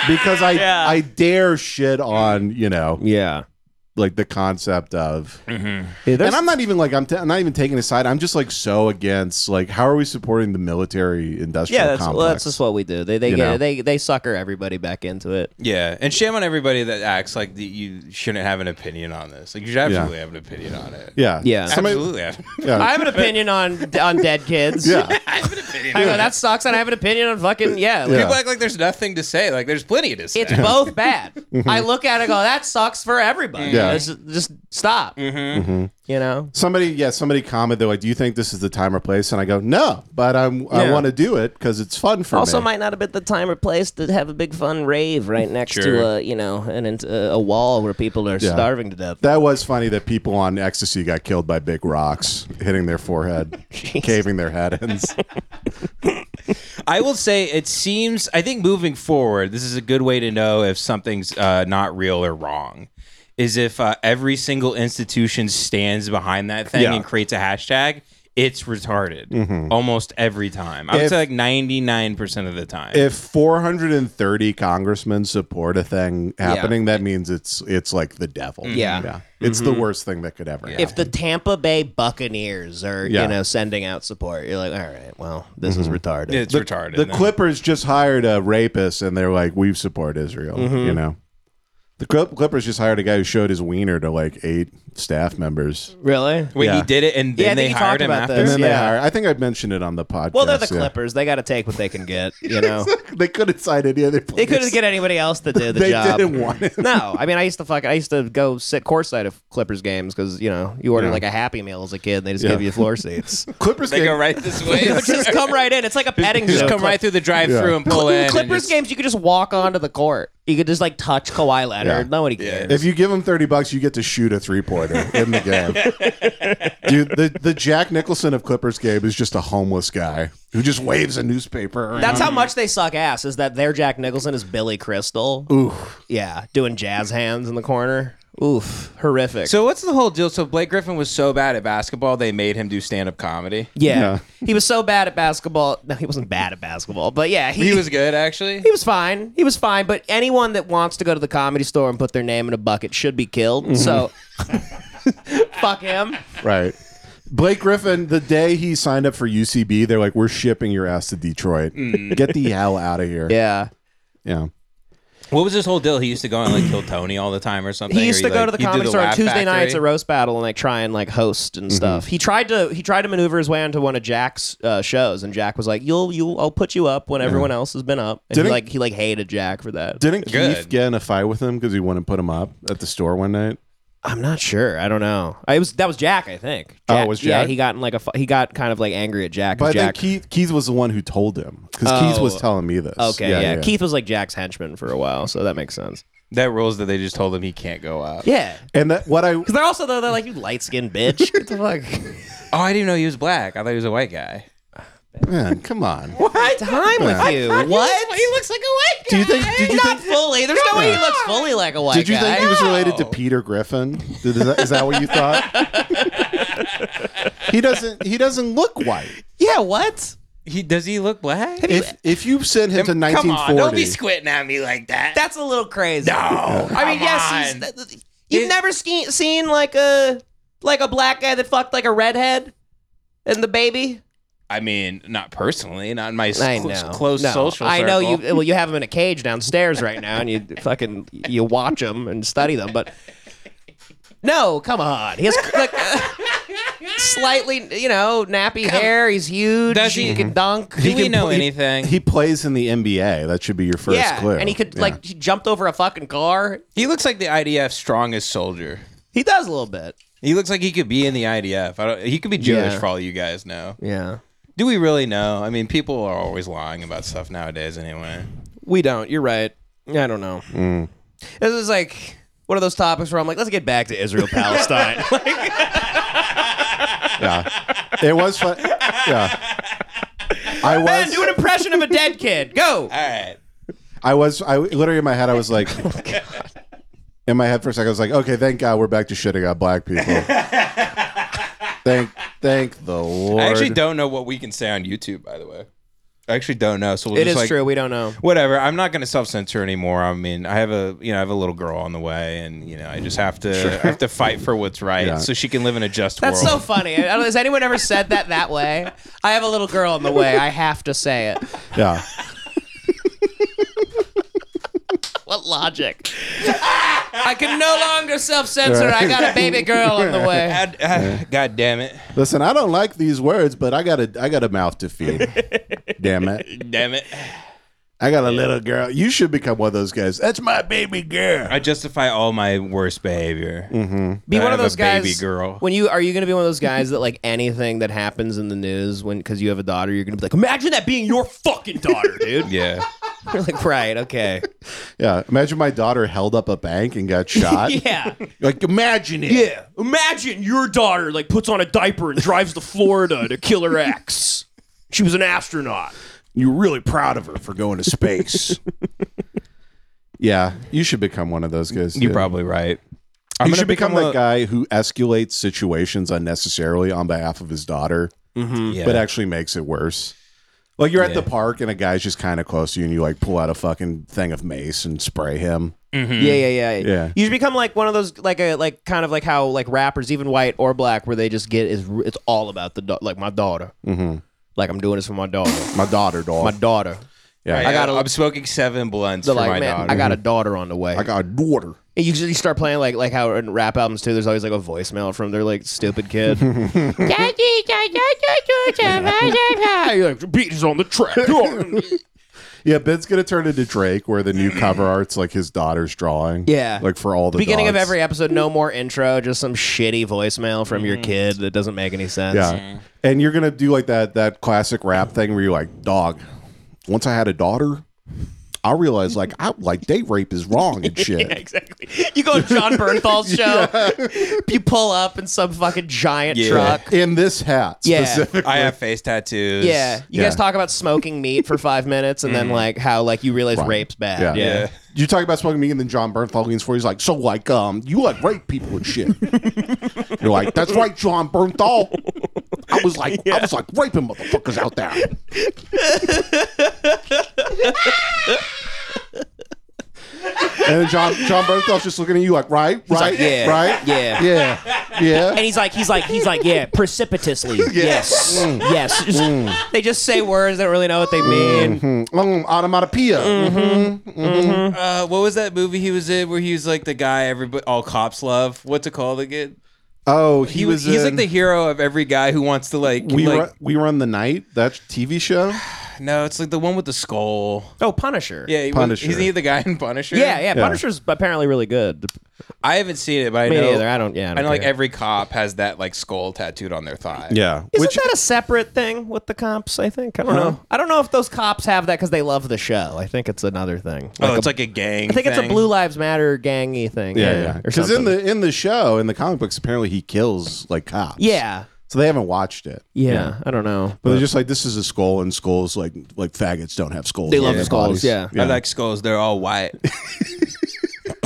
S1: because I I dare shit on, you know,
S3: yeah.
S1: like the concept of and I'm not even like I'm, t- I'm not even taking a side. I'm just like so against like how are we supporting the military industrial
S3: Yeah, that's, well,
S1: complex?
S3: that's just what we do. They they
S1: You
S3: get
S1: know?
S3: they they sucker everybody back into it.
S4: Yeah, and shame on everybody that acts like the, you shouldn't have an opinion on this. Like you should absolutely have an opinion on it.
S1: yeah,
S3: Yeah.
S1: Somebody-
S4: absolutely. Have.
S1: yeah.
S3: I have an opinion on on dead kids.
S1: yeah.
S4: opinion.
S3: I go, that sucks, and I have an opinion on fucking yeah. like,
S1: Yeah.
S4: People act like there's nothing to say. Like there's plenty to say.
S3: It's both bad. I look at it, and go, that sucks for everybody.
S1: Mm-hmm. Yeah. Mm-hmm.
S3: Let's just, just stop.
S4: Mm-hmm.
S3: You know,
S1: Somebody, yeah, somebody commented like, "Do you think this is the time or place?" And I go, "No, but I'm I
S3: Yeah.
S1: want to do it because it's fun for
S3: also
S1: me."
S3: might not have been the time or place to have a big fun rave right next
S4: Sure.
S3: to a you know an, int- a wall where people are
S1: Yeah.
S3: starving to death.
S1: that was funny that people on ecstasy got killed by big rocks hitting their forehead, caving their head ends.
S4: I will say it seems. I think moving forward, this is a good way to know if something's uh, not real or wrong. Is if uh, every single institution stands behind that thing
S1: Yeah. Mm-hmm.
S4: and creates a hashtag, it's retarded almost every time. I would
S1: If-
S4: say like ninety nine percent of the time.
S1: if 430 congressmen support a thing happening, that means it's it's like the devil.
S3: Yeah. Mm-hmm.
S1: it's the worst thing that could ever. happen.
S3: If the Tampa Bay Buccaneers are
S1: Yeah. Mm-hmm.
S3: you know sending out support, you're like, all right, well, this is retarded.
S4: it's retarded.
S1: Hmm. the
S4: then.
S1: Clippers just hired a rapist, and they're like, "We support Israel,"
S3: Mm-hmm.
S1: you know. The Clip- Clippers just hired a guy who showed his wiener to like eight staff members,
S3: really?
S4: Wait,
S1: Yeah.
S4: he did it, and then
S3: Yeah, I think
S4: they
S3: you
S4: hired
S3: talked
S4: him
S3: about
S4: after.
S1: and
S3: this.
S1: then they
S3: Yeah.
S1: hired. I think I mentioned it on the podcast.
S3: Well, they're the
S1: yeah.
S3: Clippers. They got to take what they can get. You know,
S1: They couldn't sign any other. Players.
S3: they couldn't get anybody else to do the
S1: They
S3: job.
S1: didn't want it.
S3: no, I mean, I used to fuck. I used to go sit courtside of Clippers games because you know you order like a Happy Meal as a kid, and they just give you floor seats.
S1: Clippers.
S4: They
S1: game-
S4: go right this way.
S3: just come right in. It's like a petting
S4: Just
S3: zoo.
S4: come right through the drive through
S1: Yeah.
S4: and pull in.
S3: In
S4: and
S3: Clippers
S4: just-
S3: games, you could just walk onto the court. You could just like touch Kawhi Leonard.
S1: Yeah.
S3: Nobody cares.
S1: If you give them 30 bucks, you get to shoot a three pointer in the game. Dude, the, the Jack Nicholson of Clippers game is just a homeless guy who just waves a newspaper. around.
S3: That's how much they suck ass. Is that their Jack Nicholson is Billy Crystal? Yeah, doing jazz hands in the corner. Oof, horrific.
S4: So what's the whole deal? So Blake Griffin was so bad at basketball, they made him do stand up comedy.
S3: yeah, he was so bad at basketball. No, he wasn't bad at basketball, but yeah,
S4: He was good actually.
S3: He was fine. He was fine. But anyone that wants to go to the comedy store and put their name in a bucket should be killed.
S4: Mm-hmm.
S3: So fuck him.
S1: Right. Blake Griffin, the day he signed up for UCB, they're like, we're shipping your ass to Detroit. Get the hell out of here.
S3: Yeah.
S1: Yeah.
S4: What was this whole deal? He used to go and like kill Tony all the time or something.
S3: He used to
S4: or
S3: go
S4: like-
S3: to the
S4: he did
S3: comedy store on
S4: Laugh
S3: Tuesday
S4: Factory? Mm-hmm.
S3: nights at roast battle and like try and like host and stuff. He tried to he tried to maneuver his way onto one of Jack's uh, shows and Jack was like, "You'll you I'll put you up when everyone else has been up." And he
S1: Didn't-
S3: like he like hated Jack for that.
S1: Didn't
S4: Good.
S1: Keith get in a fight with him because he wouldn't put him up at the store one night?
S3: I'm not sure. I don't know. I was that was Jack, I think.
S1: Oh, it was
S3: Yeah,
S1: Jack?
S3: he got in like a fu- he got kind of like angry at Jack. 'cause
S1: But I
S3: Jack Oh.
S1: think Keith, Keith was the one who told him because Keith was telling me this.
S3: Okay, yeah, Keith was like Jack's henchman for a while, so that makes sense.
S4: That rules that they just told him he can't go out.
S3: Yeah.
S1: And that, what I
S3: Because they're also though they're like you light skinned bitch. What the fuck?
S4: Oh, I didn't know he was black. I thought he was a white guy.
S1: man, come on.
S3: What time with you? What? He looks like a white guy.
S1: Do you think? Did you
S3: Not
S1: think?
S3: fully. There's no way he looks fully like a white
S1: Did you
S3: guy.
S1: think he was related to Peter Griffin? Did, is, that, is that what you thought? he doesn't. He doesn't look white.
S3: Yeah. What?
S4: He does he look black?
S1: If if you sent him to
S4: Come on,
S1: 1940,
S4: don't be squinting at me like that.
S3: That's a little crazy. No. I mean,
S4: Oh, come
S3: yes.
S4: on.
S3: He's, th- th- you've
S4: It-
S3: never seen seen like a like a black guy that fucked like a redhead and the baby.
S4: I mean, not personally, not in my close, close
S3: No.
S4: social.
S3: I know
S4: circle.
S3: you. Well, you have them in a cage downstairs right now, and you fucking you watch them and study them. But no, come on. He has like uh, slightly, you know, nappy hair. He's huge.
S4: Does he-
S3: can dunk.
S4: Do we
S1: can
S4: know
S1: pl- he-
S4: anything?
S1: He plays in the NBA. That should be your first
S3: yeah,
S1: clue.
S3: and he could
S1: Yeah.
S3: like he jumped over a fucking car.
S4: he looks like the IDF's strongest soldier.
S3: He does a little bit.
S4: He looks like he could be in the IDF. I don't, he could be Jewish
S3: Yeah.
S4: for all you guys know.
S3: Yeah,
S4: Do we really know? I mean, people are always lying about stuff nowadays anyway.
S3: we don't. You're right. I don't know. This is like one of those topics where I'm like, let's get back to Israel Palestine.
S1: Yeah. It was fun. Yeah. I was.
S3: Ben, do an impression of a dead kid. Go.
S4: All right.
S1: I was I literally in my head I was like
S3: Oh,
S1: in my head for a second I was like okay thank God we're back to shitting on black people thank thank the Lord
S4: I actually don't know what we can say on YouTube, by the way. I actually don't know. So we'll
S3: It
S4: just
S3: is
S4: like,
S3: true. We don't know.
S4: Whatever. I'm not going to self censor anymore. I mean, I have a you know I have a little girl on the way, and you know I just have to I have to fight for what's right
S1: Yeah.
S4: so she can live in a just
S3: That's so
S4: world.
S3: funny. I don't- Has anyone ever said that that way? I have a little girl on the way. I have to say it.
S1: yeah
S3: What logic? I can no longer self censor. I got a baby girl on the way.
S4: uh, God, ah, God damn it!
S1: listen I don't like these words but I got a I got a mouth to feed Damn it.
S4: Damn it.
S1: I got a little girl. You should become one of those guys. That's my baby girl.
S4: I justify all my worst behavior.
S3: Be
S4: I
S3: one of
S4: have a
S3: those guys.
S4: baby girl.
S3: When you are you going to be one of those guys that like anything that happens in the news when because you have a daughter, you're going to be like, imagine that being your fucking daughter, dude.
S4: Yeah.
S3: you're like, right, okay,
S1: Yeah. Imagine my daughter held up a bank and got shot.
S3: yeah,
S1: Like, imagine it.
S3: yeah. Imagine your daughter like puts on a diaper and drives to Florida to kill her ex. She was an astronaut.
S1: You're really proud of her for going to space. yeah. You should become one of those guys.
S4: You're
S1: dude.
S4: probably right.
S1: You
S4: I'm gonna
S1: should become,
S4: a-
S1: that guy who escalates situations unnecessarily on behalf of his daughter,
S4: Mm-hmm. Yeah.
S1: but uh, actually makes it worse. Like you're at
S4: Yeah.
S1: the park and a guy's just kind of close to you, and you like pull out a fucking thing of mace and spray him.
S3: Yeah, yeah, yeah,
S1: Mm. Yeah.
S3: You should become like one of those, like a, like kind of like how like rappers, even white or black, where they just get is it's all about the da- like my daughter. Mm-hmm. Like I'm doing this for my daughter,
S1: My daughter, dog.
S3: my daughter.
S1: yeah.
S4: I
S1: I,
S4: got. I'm smoking seven blunts
S3: So
S4: for
S3: like,
S4: my
S3: man,
S4: daughter.
S3: I got a daughter on the way.
S1: Mm-hmm. I got a daughter.
S3: And you usually start playing like like how in rap albums too. There's always like a voicemail from their like stupid kid. You're like beat is on the track.
S1: Yeah, Ben's gonna turn into Drake, where the new cover art's like his daughter's drawing.
S3: Yeah.
S1: like for all the
S3: Beginning of
S1: dogs.
S3: every episode, no more intro, just some shitty voicemail from
S4: Mm.
S3: your kid that doesn't make any sense.
S1: Yeah, and you're gonna do like that that classic rap thing where you're like, dog. Once I had a daughter, I realized like I like date rape is wrong and shit.
S3: exactly. You go to John Bernthal's show, you pull up in some fucking giant
S4: Yeah.
S3: truck.
S1: in this hat
S3: Yeah.
S1: specifically.
S4: I have face tattoos.
S3: Yeah, you guys
S1: Yeah.
S3: talk about smoking meat for five minutes, and then like how like you realize rape's bad.
S1: Yeah.
S4: Mm. Yeah.
S1: You talk about smoking meat, and then John Bernthal leans forward. He's like, "So, like, um, you like rape people and shit." You're like, "That's right, John Bernthal." I was like, I was like raping motherfuckers out there. and then John John Bernthal's just looking at you like, right, right,
S3: like, yeah,
S1: right,
S3: yeah.
S1: yeah, yeah.
S3: And he's like, he's like, he's like, yeah, Mm. precipitously. Yes. Yes. Just- They just say words, they don't really know what they mean.
S1: Mm, automatopoeia.
S4: Uh, what was that movie he was in where he was like the guy everybody all cops love? What's it called again?
S1: Oh, he,
S4: He, was.
S1: was.
S4: He's like
S1: in
S4: the hero of every guy who wants to like.
S1: we
S4: like
S1: run, we run the night. That TV show.
S4: no, it's like the one with the skull.
S3: Oh, Punisher.
S4: Yeah, he-
S1: Punisher.
S4: Isn't he the guy in Punisher?
S3: Yeah, yeah, Punisher's apparently really good.
S4: I haven't seen it, but I
S3: Me
S4: know.
S3: neither. I don't. Yeah, I
S4: I
S3: don't
S4: know like
S3: care.
S4: every cop has that like skull tattooed on their thigh.
S1: Yeah,
S3: Isn't that a separate thing with the cops? I think I don't know. I don't know if those cops have that because they love the show. I think it's another thing.
S4: Oh,
S3: Like
S4: it's
S3: a-
S4: like a gang.
S3: I think it's a Blue Lives Matter gangy thing.
S1: Yeah, yeah.
S3: Or
S1: Because in
S3: something.
S1: the in the show, in the comic books, apparently he kills like cops.
S3: yeah,
S1: So they haven't watched it.
S3: yeah, I don't know.
S1: But they're just like, this is a skull, and skulls like like faggots don't have skulls.
S3: They
S1: on
S3: love
S1: their
S3: skulls,
S1: bodies.
S3: yeah.
S4: I like skulls. They're all white.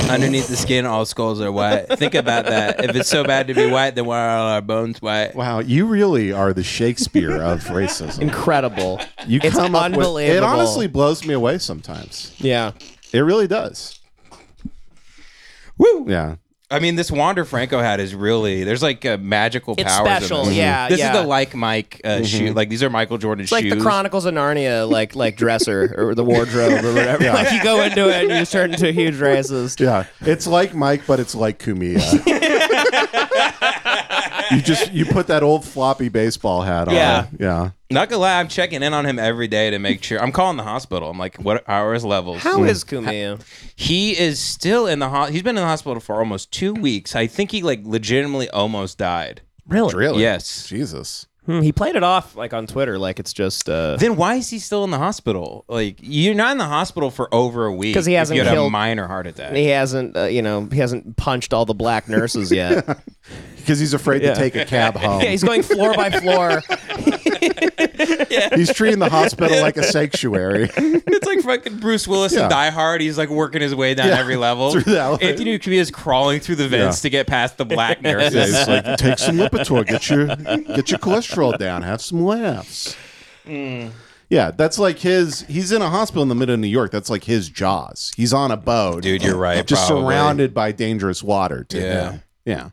S4: Underneath the skin, all skulls are white. Think about that. If it's so bad to be white, then why are all our bones white?
S1: wow, you really are the Shakespeare of racism.
S3: incredible.
S1: You
S3: It's
S1: come up with it.
S3: unbelievable.
S1: Honestly, blows me away sometimes.
S3: yeah.
S1: It really does.
S4: Woo!
S1: Yeah.
S4: I mean, this Wander Franco hat is really there's like a magical
S3: It's
S4: powers. in
S3: special,
S4: this. Mm-hmm.
S3: yeah,
S4: This
S3: yeah.
S4: is the like Mike
S3: Mm-hmm.
S4: uh, shoe. Like these are Michael Jordan
S3: It's like
S4: shoes.
S3: the Chronicles of Narnia, like like dresser or the wardrobe or whatever. Like you go into it and you just turn into a huge racist.
S1: Yeah, it's like Mike, but it's like Kumia. you just you put that old floppy baseball hat on.
S3: Yeah.
S1: yeah.
S4: Not gonna lie, I'm checking in on him every day to make sure. I'm calling the hospital. I'm like, what are his levels?
S3: How
S1: Hmm.
S3: is Kumiya?
S4: He is still in the hospital. He's been in the hospital for almost two weeks. I think he like legitimately almost died.
S3: Really?
S1: Really?
S4: Yes.
S1: Jesus.
S3: Hmm, he played it off like on Twitter, like it's just uh,
S4: Then why is he still in the hospital? Like you're not in the hospital for over a week
S3: 'Cause he
S4: if
S3: hasn't
S4: you had a
S3: killed-
S4: minor heart attack.
S3: he hasn't uh, you know he hasn't punched all the black nurses yet.
S1: Because he's afraid to take a cab home.
S3: yeah, he's going floor by floor.
S1: He's treating the hospital like a sanctuary.
S4: it's like fucking Bruce Willis
S1: Yeah.
S4: in Die Hard. He's like working his way down
S1: Yeah,
S4: every level.
S1: through the alley.
S4: Anthony Cumia is crawling through the vents
S1: Yeah.
S4: to get past the black nurses.
S1: Yeah, he's like, take some Lipitor, get your get your cholesterol down, have some laughs.
S4: Mm.
S1: Yeah, that's like his. He's in a hospital in the middle of New York. That's like his Jaws. He's on a boat,
S4: Dude, you're right,
S1: Just
S4: probably.
S1: surrounded by dangerous water. To
S4: Yeah.
S1: him. yeah.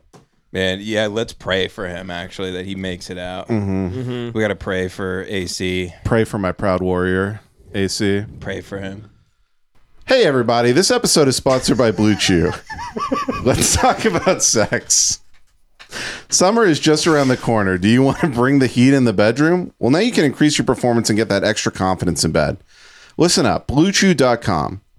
S4: Man, yeah, let's pray for him actually that he makes it out.
S1: Mm-hmm.
S4: We gotta pray for AC.
S1: Pray for my proud warrior, AC.
S4: Pray for him.
S1: Hey, everybody! This episode is sponsored by Blue Chew. Let's talk about sex. Summer is just around the corner. Do you want to bring the heat in the bedroom? Well, now you can increase your performance and get that extra confidence in bed. Listen up, bluechew.com.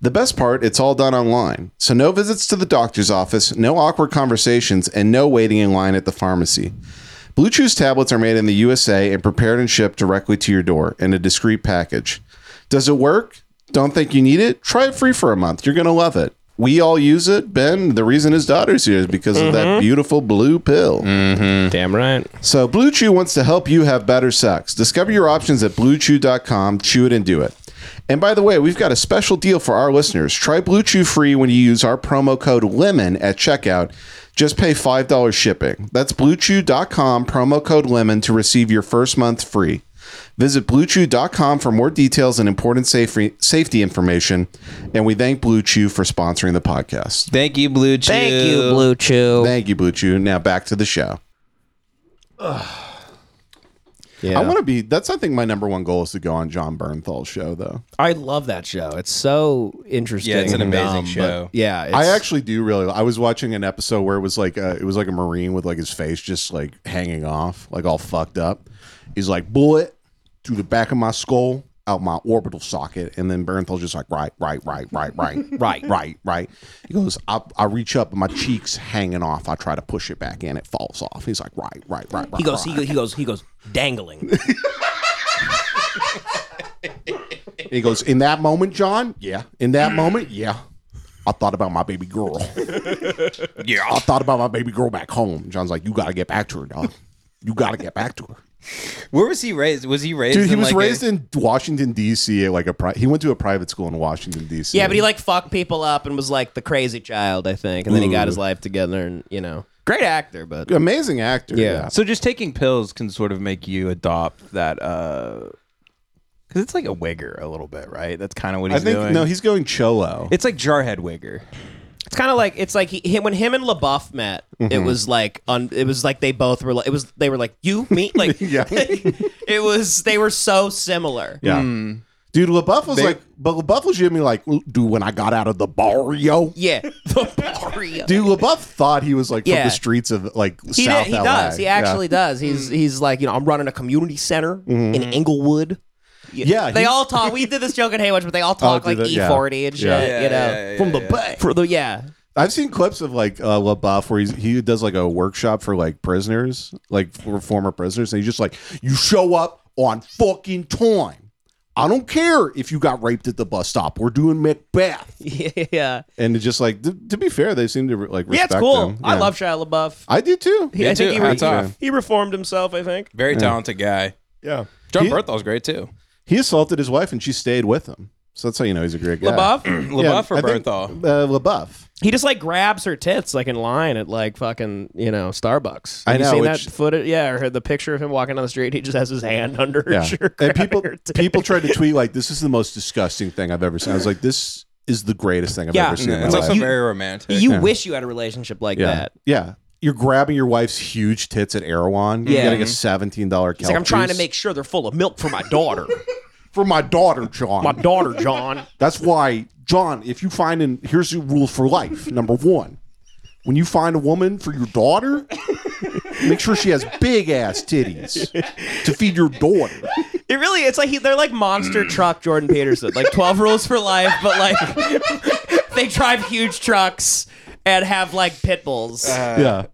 S1: The best part, it's all done online. So no visits to the doctor's office, no awkward conversations, and no waiting in line at the pharmacy. Blue Chew's tablets are made in the USA and prepared and shipped directly to your door in a discreet package. Does it work? Don't think you need it? Try it free for a month. You're going to love it. We all use it. Ben, the reason his daughter's here is because of that beautiful blue pill.
S6: Damn right.
S1: So Blue Chew wants to help you have better sex. Discover your options at bluechew.com. Chew it and do it. And by the way, we've got a special deal for our listeners. Try Blue Chew free when you use our promo code LEMON at checkout. Just pay $5 shipping. That's bluechew.com promo code LEMON to receive your first month free. Visit bluechew.com for more details and important safety safety information. And we thank Blue Chew for sponsoring the podcast.
S4: Thank you, Blue Chew.
S6: Thank you, Blue Chew.
S1: Thank you, Blue Chew. Now back to the show.
S3: Yeah.
S1: I want to be. That's I think my number one goal is to go on John Bernthal's show, though.
S3: I love that show. It's so interesting.
S4: Yeah, it's an
S3: and
S4: amazing
S3: but
S4: show.
S3: Yeah,
S1: I
S3: it's-
S1: actually do really. I was watching an episode where it was like a, it was like a marine with like his face just like hanging off, like all fucked up. He's like bullet through the back of my skull, out my orbital socket, and then Bernthal's just like right, right, right, right, right, right, right, right. He goes, I, I reach up, my cheeks hanging off. I try to push it back in, it falls off. He's like right, right, right, right.
S6: He goes,
S1: right.
S6: he goes, he goes, he goes, dangling.
S1: He goes, in that moment, John, yeah. In that moment, yeah. I thought about my baby girl. yeah. I thought about my baby girl back home. John's like, you got to get back to her, dog. You got to get back to her.
S4: Where was he raised? Was he raised?
S1: Dude, he
S4: in,
S1: was
S4: like, a-
S1: raised in Washington, D.C. at like a pri- He went to a private school in Washington, D.C.
S3: Yeah, but he like fucked people up and was like the crazy child, I think. And then he got his life together and, you know, great actor, but
S1: Amazing actor.
S3: Yeah.
S4: So just taking pills can sort of make you adopt that. uh because it's like a wigger a little bit, right? That's kind of what
S1: I
S4: he's
S1: think,
S4: doing.
S1: no, he's going Cholo.
S4: it's like Jarhead wigger.
S3: it's kind of like it's like he, he- when him and LaBeouf met, it was like on it was like they both were like it was they were like you me like
S1: Yeah.
S3: it was they were so similar.
S1: yeah.
S3: hmm.
S1: Dude, LaBeouf was like, but LaBeouf was giving me like, dude, when I got out of the barrio.
S3: Yeah, the Mario.
S1: Dude, LaBeouf thought he was like from
S3: Yeah.
S1: the streets of like
S3: he
S1: South
S3: did, he
S1: LA.
S3: does. He
S1: Yeah.
S3: actually does. He's he's like you know I'm running a community center in Englewood. Y-
S1: Mm-hmm. Yeah,
S3: they
S1: he-
S3: all talk. We did this joke in Haywatch, but they all talk
S1: did
S3: like
S1: it? Yeah.
S3: E40 and shit.
S1: Yeah.
S3: you know,
S4: from the
S3: for the yeah.
S1: I've seen clips of like uh, LaBeouf where he's, he does like a workshop for like prisoners, like for former prisoners, and he's just like, "You show up on fucking time. I don't care if you got raped at the bus stop. We're doing Macbeth."
S3: yeah.
S1: And it's just like, th- to be fair, they seem to like respect
S3: Yeah, it's cool.
S1: him.
S3: I
S1: Yeah.
S3: love Shia LaBeouf.
S1: I do too.
S3: He- I
S4: too.
S3: He,
S4: Hats off.
S3: he reformed himself. I think.
S4: Very talented guy.
S1: Yeah,
S4: John
S1: He-
S4: Berthal's great too.
S1: He assaulted his wife, and she stayed with him. So that's how you know he's a great guy.
S3: LaBeouf.
S4: LaBeouf
S1: Yeah,
S4: or
S1: I think,
S4: Bernthal?
S1: Uh, LaBeouf.
S3: he just like grabs her tits like in line at like fucking you know Starbucks. Have
S1: I
S3: you
S1: know,
S3: seen
S1: which-
S3: that footage. Yeah, or the picture of him walking down the street. He just has his hand under her
S1: Yeah.
S3: shirt.
S1: and
S3: grabbing
S1: people
S3: her tit.
S1: people tried to tweet like, "This is the most disgusting thing I've ever seen." I was like, "This is the greatest thing I've
S3: Yeah.
S1: ever seen." in my
S4: It's
S1: life.
S4: also very romantic.
S3: You wish you had a relationship like
S1: Yeah.
S3: that.
S1: Yeah. You're grabbing your wife's huge tits at Erewhon. You're
S3: Yeah.
S1: getting a seventeen dollar.
S3: It's like I'm trying to make sure they're full of milk for my daughter.
S1: for my daughter, John.
S3: my daughter, John.
S1: That's why, John. If you find an here's your rule for life. Number one, when you find a woman for your daughter, make sure she has big ass titties to feed your daughter.
S3: It really, it's like he, they're like monster
S1: Mm.
S3: truck Jordan Peterson, like twelve rules for life, but like they drive huge trucks and have like pit bulls.
S1: yeah.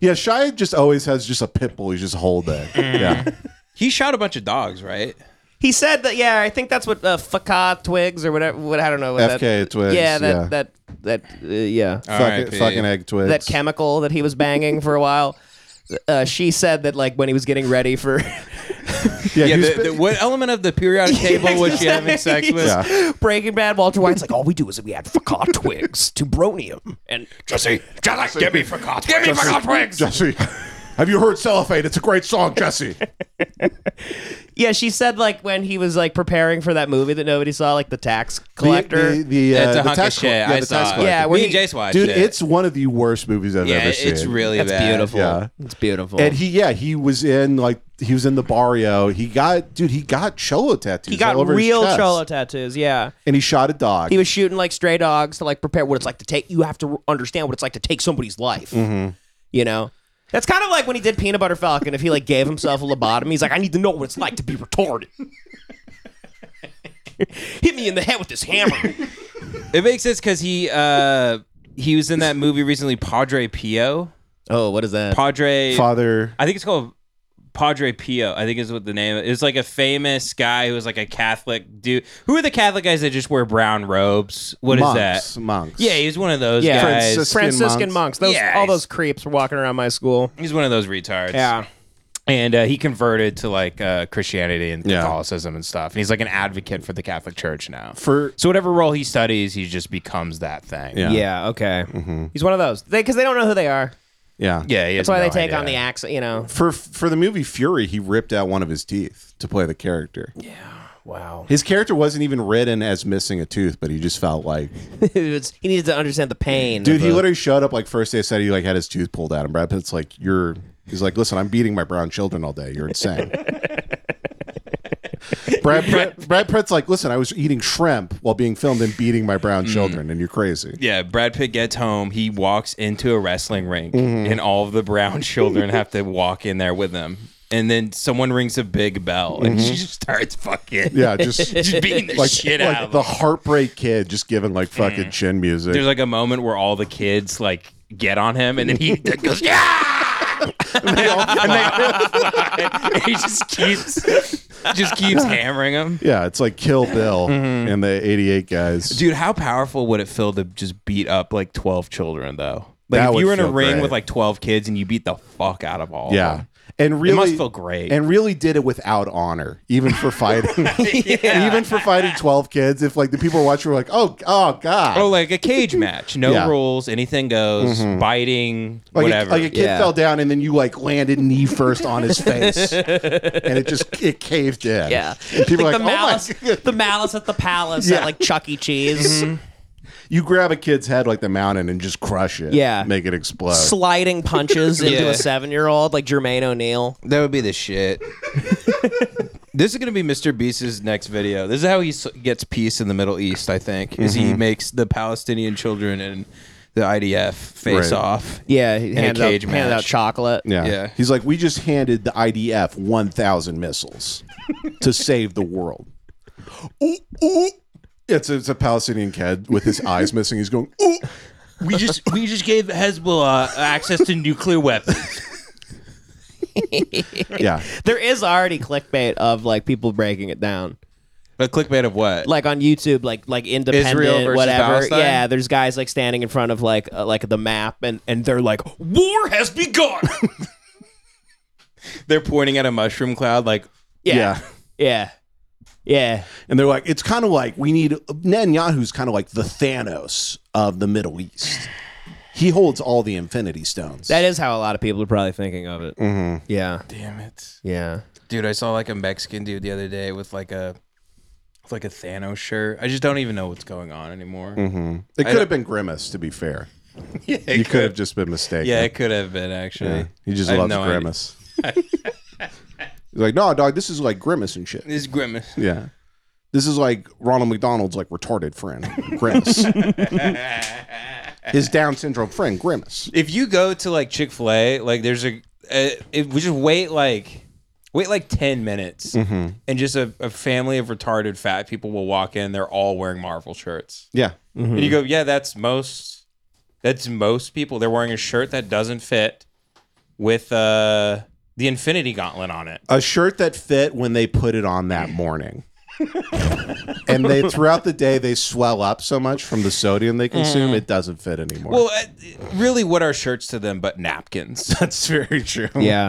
S1: Yeah, Shia just always has just a pit bull he's just holding.
S4: Mm.
S1: Yeah.
S4: He shot a bunch of dogs, right?
S3: He said that, yeah, I think that's what uh, Fakah Twigs or whatever. What I don't know. What
S1: FK
S3: that,
S1: Twigs,
S3: Yeah, that
S1: yeah.
S3: that that uh, yeah.
S1: Fucking,
S4: R.I.P.
S1: fucking egg twigs.
S3: that chemical that he was banging for a while. Uh, she said that like when he was getting ready for
S1: he
S4: Yeah.
S1: was-
S4: the, the, what element of the periodic table was she having sex with?
S1: Yeah.
S3: Breaking Bad, Walter White's like all we do is we add Fakah Twigs to bronium and
S7: Jesse, Jesse, give me for God. Give me for God,
S1: Jesse, Have you heard Cellophane? It's a great song, Jesse.
S3: Yeah, she said like when he was like preparing for that movie that nobody saw, like the tax collector.
S1: The, the, the, uh,
S4: It's a
S1: the
S4: hunk of
S1: tax
S4: shit.
S1: col- yeah,
S4: I
S1: the
S4: saw.
S1: tax
S4: it.
S1: collector.
S3: Yeah,
S4: me
S3: we-
S4: and Jace watched
S1: Dude,
S4: it.
S1: it's one of the worst movies I've
S4: yeah,
S1: ever
S4: it-
S1: seen.
S4: it's really
S6: That's
S4: bad.
S6: beautiful.
S1: Yeah.
S6: It's beautiful.
S1: And he, yeah, he was in like he was in the barrio. He got dude, he got cholo tattoos.
S3: he got
S1: all over his
S3: real
S1: chest.
S3: cholo tattoos. Yeah,
S1: and he shot a dog.
S3: he was shooting like stray dogs to like prepare what it's like to take. You have to understand what it's like to take somebody's life.
S1: Mm-hmm.
S3: You know. That's kind of like when he did Peanut Butter Falcon. If he like gave himself a lobotomy, he's like, "I need to know what it's like to be retarded." Hit me in the head with this hammer.
S4: It makes sense because he uh, he was in that movie recently, Padre Pio.
S3: oh, what is that?
S4: Padre,
S1: Father,
S4: I think it's called Padre Pio. I think is what the name. It's like a famous guy who was like a Catholic dude. Who are the Catholic guys that just wear brown robes? What is
S1: monks,
S4: that?
S1: monks.
S4: Yeah, he was one of those
S3: Yeah.
S4: guys.
S1: Francis-
S3: Franciscan
S1: monks.
S3: monks. Those
S4: Yeah,
S3: all
S4: he's-
S3: those creeps were walking around my school.
S4: He's one of those retards. and uh, he converted to like uh, Christianity and
S1: Yeah.
S4: Catholicism and stuff. And he's like an advocate for the Catholic Church now.
S1: for
S4: so whatever role he studies, he just becomes that thing.
S1: Yeah.
S3: Yeah. Okay. He's one of those because they, don't know who they are.
S1: yeah,
S4: yeah. he
S3: That's
S4: has
S3: why
S4: no
S3: they take
S4: idea.
S3: on the accent. You know.
S1: For for the movie Fury, he ripped out one of his teeth to play the character. Yeah, wow. His character wasn't even written as missing a tooth, but he just felt like
S3: It was- he needed to understand the pain.
S1: dude.
S3: of
S1: He
S3: the-
S1: literally showed up like first day, said he like had his tooth pulled out, and Brad Pitt's like, "You're." He's like, "Listen, I'm beating my brown children all day. You're insane." Brad Pitt, Brad Pitt's like, "Listen, I was eating shrimp while being filmed and beating my brown
S4: Mm.
S1: children, and you're crazy."
S4: Yeah, Brad Pitt gets home. He walks into a wrestling ring,
S1: Mm-hmm.
S4: and all of the brown children have to walk in there with him. And then someone rings a big bell, and she just starts fucking
S1: Mm-hmm. Yeah, just
S4: just beating the
S1: like,
S4: shit
S1: like
S4: out of
S1: the
S4: them.
S1: heartbreak kid just giving like fucking chin music.
S4: There's like a moment where all the kids like get on him, and then he goes yeah. and they- he just keeps just keeps hammering him.
S1: Yeah, it's like Kill Bill and the 88 guys.
S4: Dude, how powerful would it feel to just beat up like 12 children though? Like
S1: That
S4: if
S1: would
S4: you were in a
S1: feel
S4: ring
S1: great.
S4: with like 12 kids and you beat the fuck out of all. Of
S1: yeah.
S4: them.
S1: And really
S4: must feel great.
S1: And really did it without honor, even for fighting. Even for fighting 12 kids, if like the people watching were like, "Oh, oh god."
S4: Oh, like a cage match. No
S1: Yeah. Mm-hmm.
S4: rules, anything goes, biting,
S1: like
S4: whatever.
S1: A, like a kid
S3: Yeah.
S1: fell down and then you like landed knee first on his face, and it just it caved in.
S3: Yeah.
S1: and people
S3: Like
S1: are
S3: the
S1: like, "Oh my
S3: malice, the malice at the palace
S1: Yeah.
S3: at like Chuck E. Cheese,
S1: You grab a kid's head like the mountain and just crush it.
S3: Yeah.
S1: make it explode.
S3: sliding punches into
S4: Yeah.
S3: a seven-year-old like Jermaine O'Neal.
S4: that would be the shit. this is going to be Mr. Beast's next video. This is how he s- gets peace in the Middle East, I think, is
S1: Mm-hmm.
S4: he makes the Palestinian children and the IDF face
S1: Right.
S4: off.
S3: Yeah, he
S4: a
S3: handed, out-
S4: cage
S3: handed
S4: match.
S3: out chocolate.
S1: Yeah.
S4: Yeah.
S1: He's like, we just handed the IDF 1,000 missiles to save the world. Ooh, ooh. It's a, it's a Palestinian kid with his eyes missing. He's going, ooh.
S4: We just we just gave Hezbollah access to nuclear weapons.
S1: Yeah.
S3: There is already clickbait of like people breaking it down.
S4: A clickbait of what?
S3: like on YouTube, like like independent,
S4: versus
S3: whatever.
S4: Palestine?
S3: Yeah, there's guys like standing in front of like uh, like the map, and and they're like, "War has begun."
S4: They're pointing at a mushroom cloud, like
S3: yeah, yeah, yeah,
S1: And they're like, it's kind of like we need Netanyahu's kind of like the Thanos of the Middle East. He holds all the Infinity Stones.
S3: That is how a lot of people are probably thinking of it.
S4: Mm-hmm.
S3: Yeah,
S4: "Damn it,
S3: yeah.
S4: dude!" I saw like a Mexican dude the other day with like a with like a Thanos shirt. I just don't even know what's going on anymore.
S1: it could have been Grimace, to be fair.
S4: Yeah, it
S1: Mm-hmm. You could have just been mistaken.
S4: Yeah, it could have been actually.
S1: Yeah. He just
S4: I have
S1: loves
S4: no idea.
S1: Grimace. He's like, no, dog, this is like Grimace and shit.
S4: It's grimace.
S1: Yeah. This is like Ronald McDonald's like retarded friend, Grimace. His Down syndrome friend, Grimace.
S4: If you go to like Chick Fil A, like there's a uh, if we just wait like wait like ten minutes, and just a, a family of retarded fat people will walk in. They're all wearing Marvel shirts.
S1: Yeah.
S4: and you go, yeah, that's most. That's most people. They're wearing a shirt that doesn't fit, with uh, the Infinity Gauntlet on it.
S1: A shirt that fit when they put it on that morning. and they throughout the day they swell up so much from the sodium they consume, it doesn't fit anymore.
S4: Well, uh, really, what are shirts to them but napkins?
S1: that's very true.
S3: Yeah,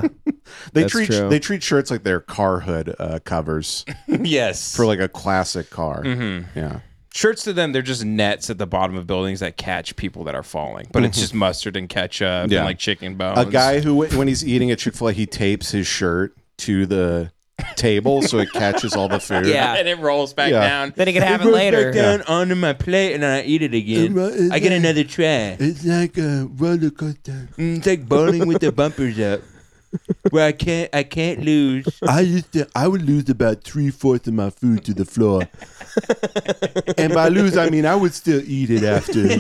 S1: they
S3: that's
S1: treat
S3: true.
S1: they treat shirts like they're car hood uh, covers
S4: yes,
S1: for like a classic car. Yeah.
S4: shirts to them, they're just nets at the bottom of buildings that catch people that are falling. But it's just mustard and ketchup
S1: Yeah.
S4: and like chicken bones.
S1: A guy who, when he's eating at Chick Fil A, he tapes his shirt to the table so it catches all the food.
S6: Yeah.
S4: and it rolls back
S1: Yeah.
S4: down.
S6: Then he could have it
S4: rolls
S6: later.
S4: Back down onto my plate, and I eat it again. I get another try.
S1: It's like a roller coaster.
S4: Mm, It's like bowling with the bumpers up, where I can't I can't lose.
S1: I used to, I would lose about three fourths of my food to the floor, and by lose I mean I would still eat it after,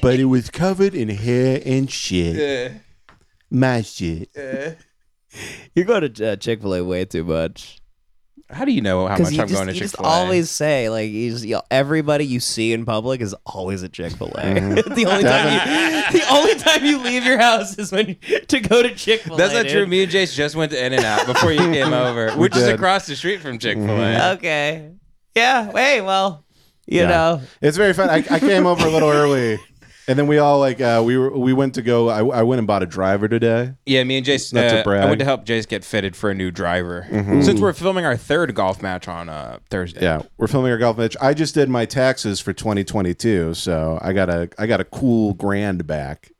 S1: but it was covered in hair and shit,
S4: Yeah.
S1: my shit.
S3: You go to uh, Chick Fil A way too much.
S4: How do you know how much
S3: you
S4: I'm
S3: just,
S4: going to
S3: you
S4: Chick
S3: just
S4: Fil A?
S3: always say like you just, you everybody you see in public is always at Chick Fil A.
S4: Mm-hmm.
S3: the only time you, the only time you leave your house is when you, to go to Chick Fil A.
S4: That's not true. Me and Jace just went to In and Out before you came over, which is
S1: did.
S4: across the street from Chick Fil A.
S3: Okay. Yeah. Hey. Well. You know.
S1: It's very fun. I, I came over a little early, and then we all like uh, we were we went to go. I, I went and bought a driver today.
S4: Yeah, me and Jace.
S1: Not to
S4: Uh, I
S1: brag.
S4: went to help Jace get fitted for a new driver
S3: Mm-hmm.
S4: since we're filming our third golf match on uh, Thursday.
S1: Yeah, we're filming our golf match. I just did my taxes for 2022, so I got a I got a cool grand back.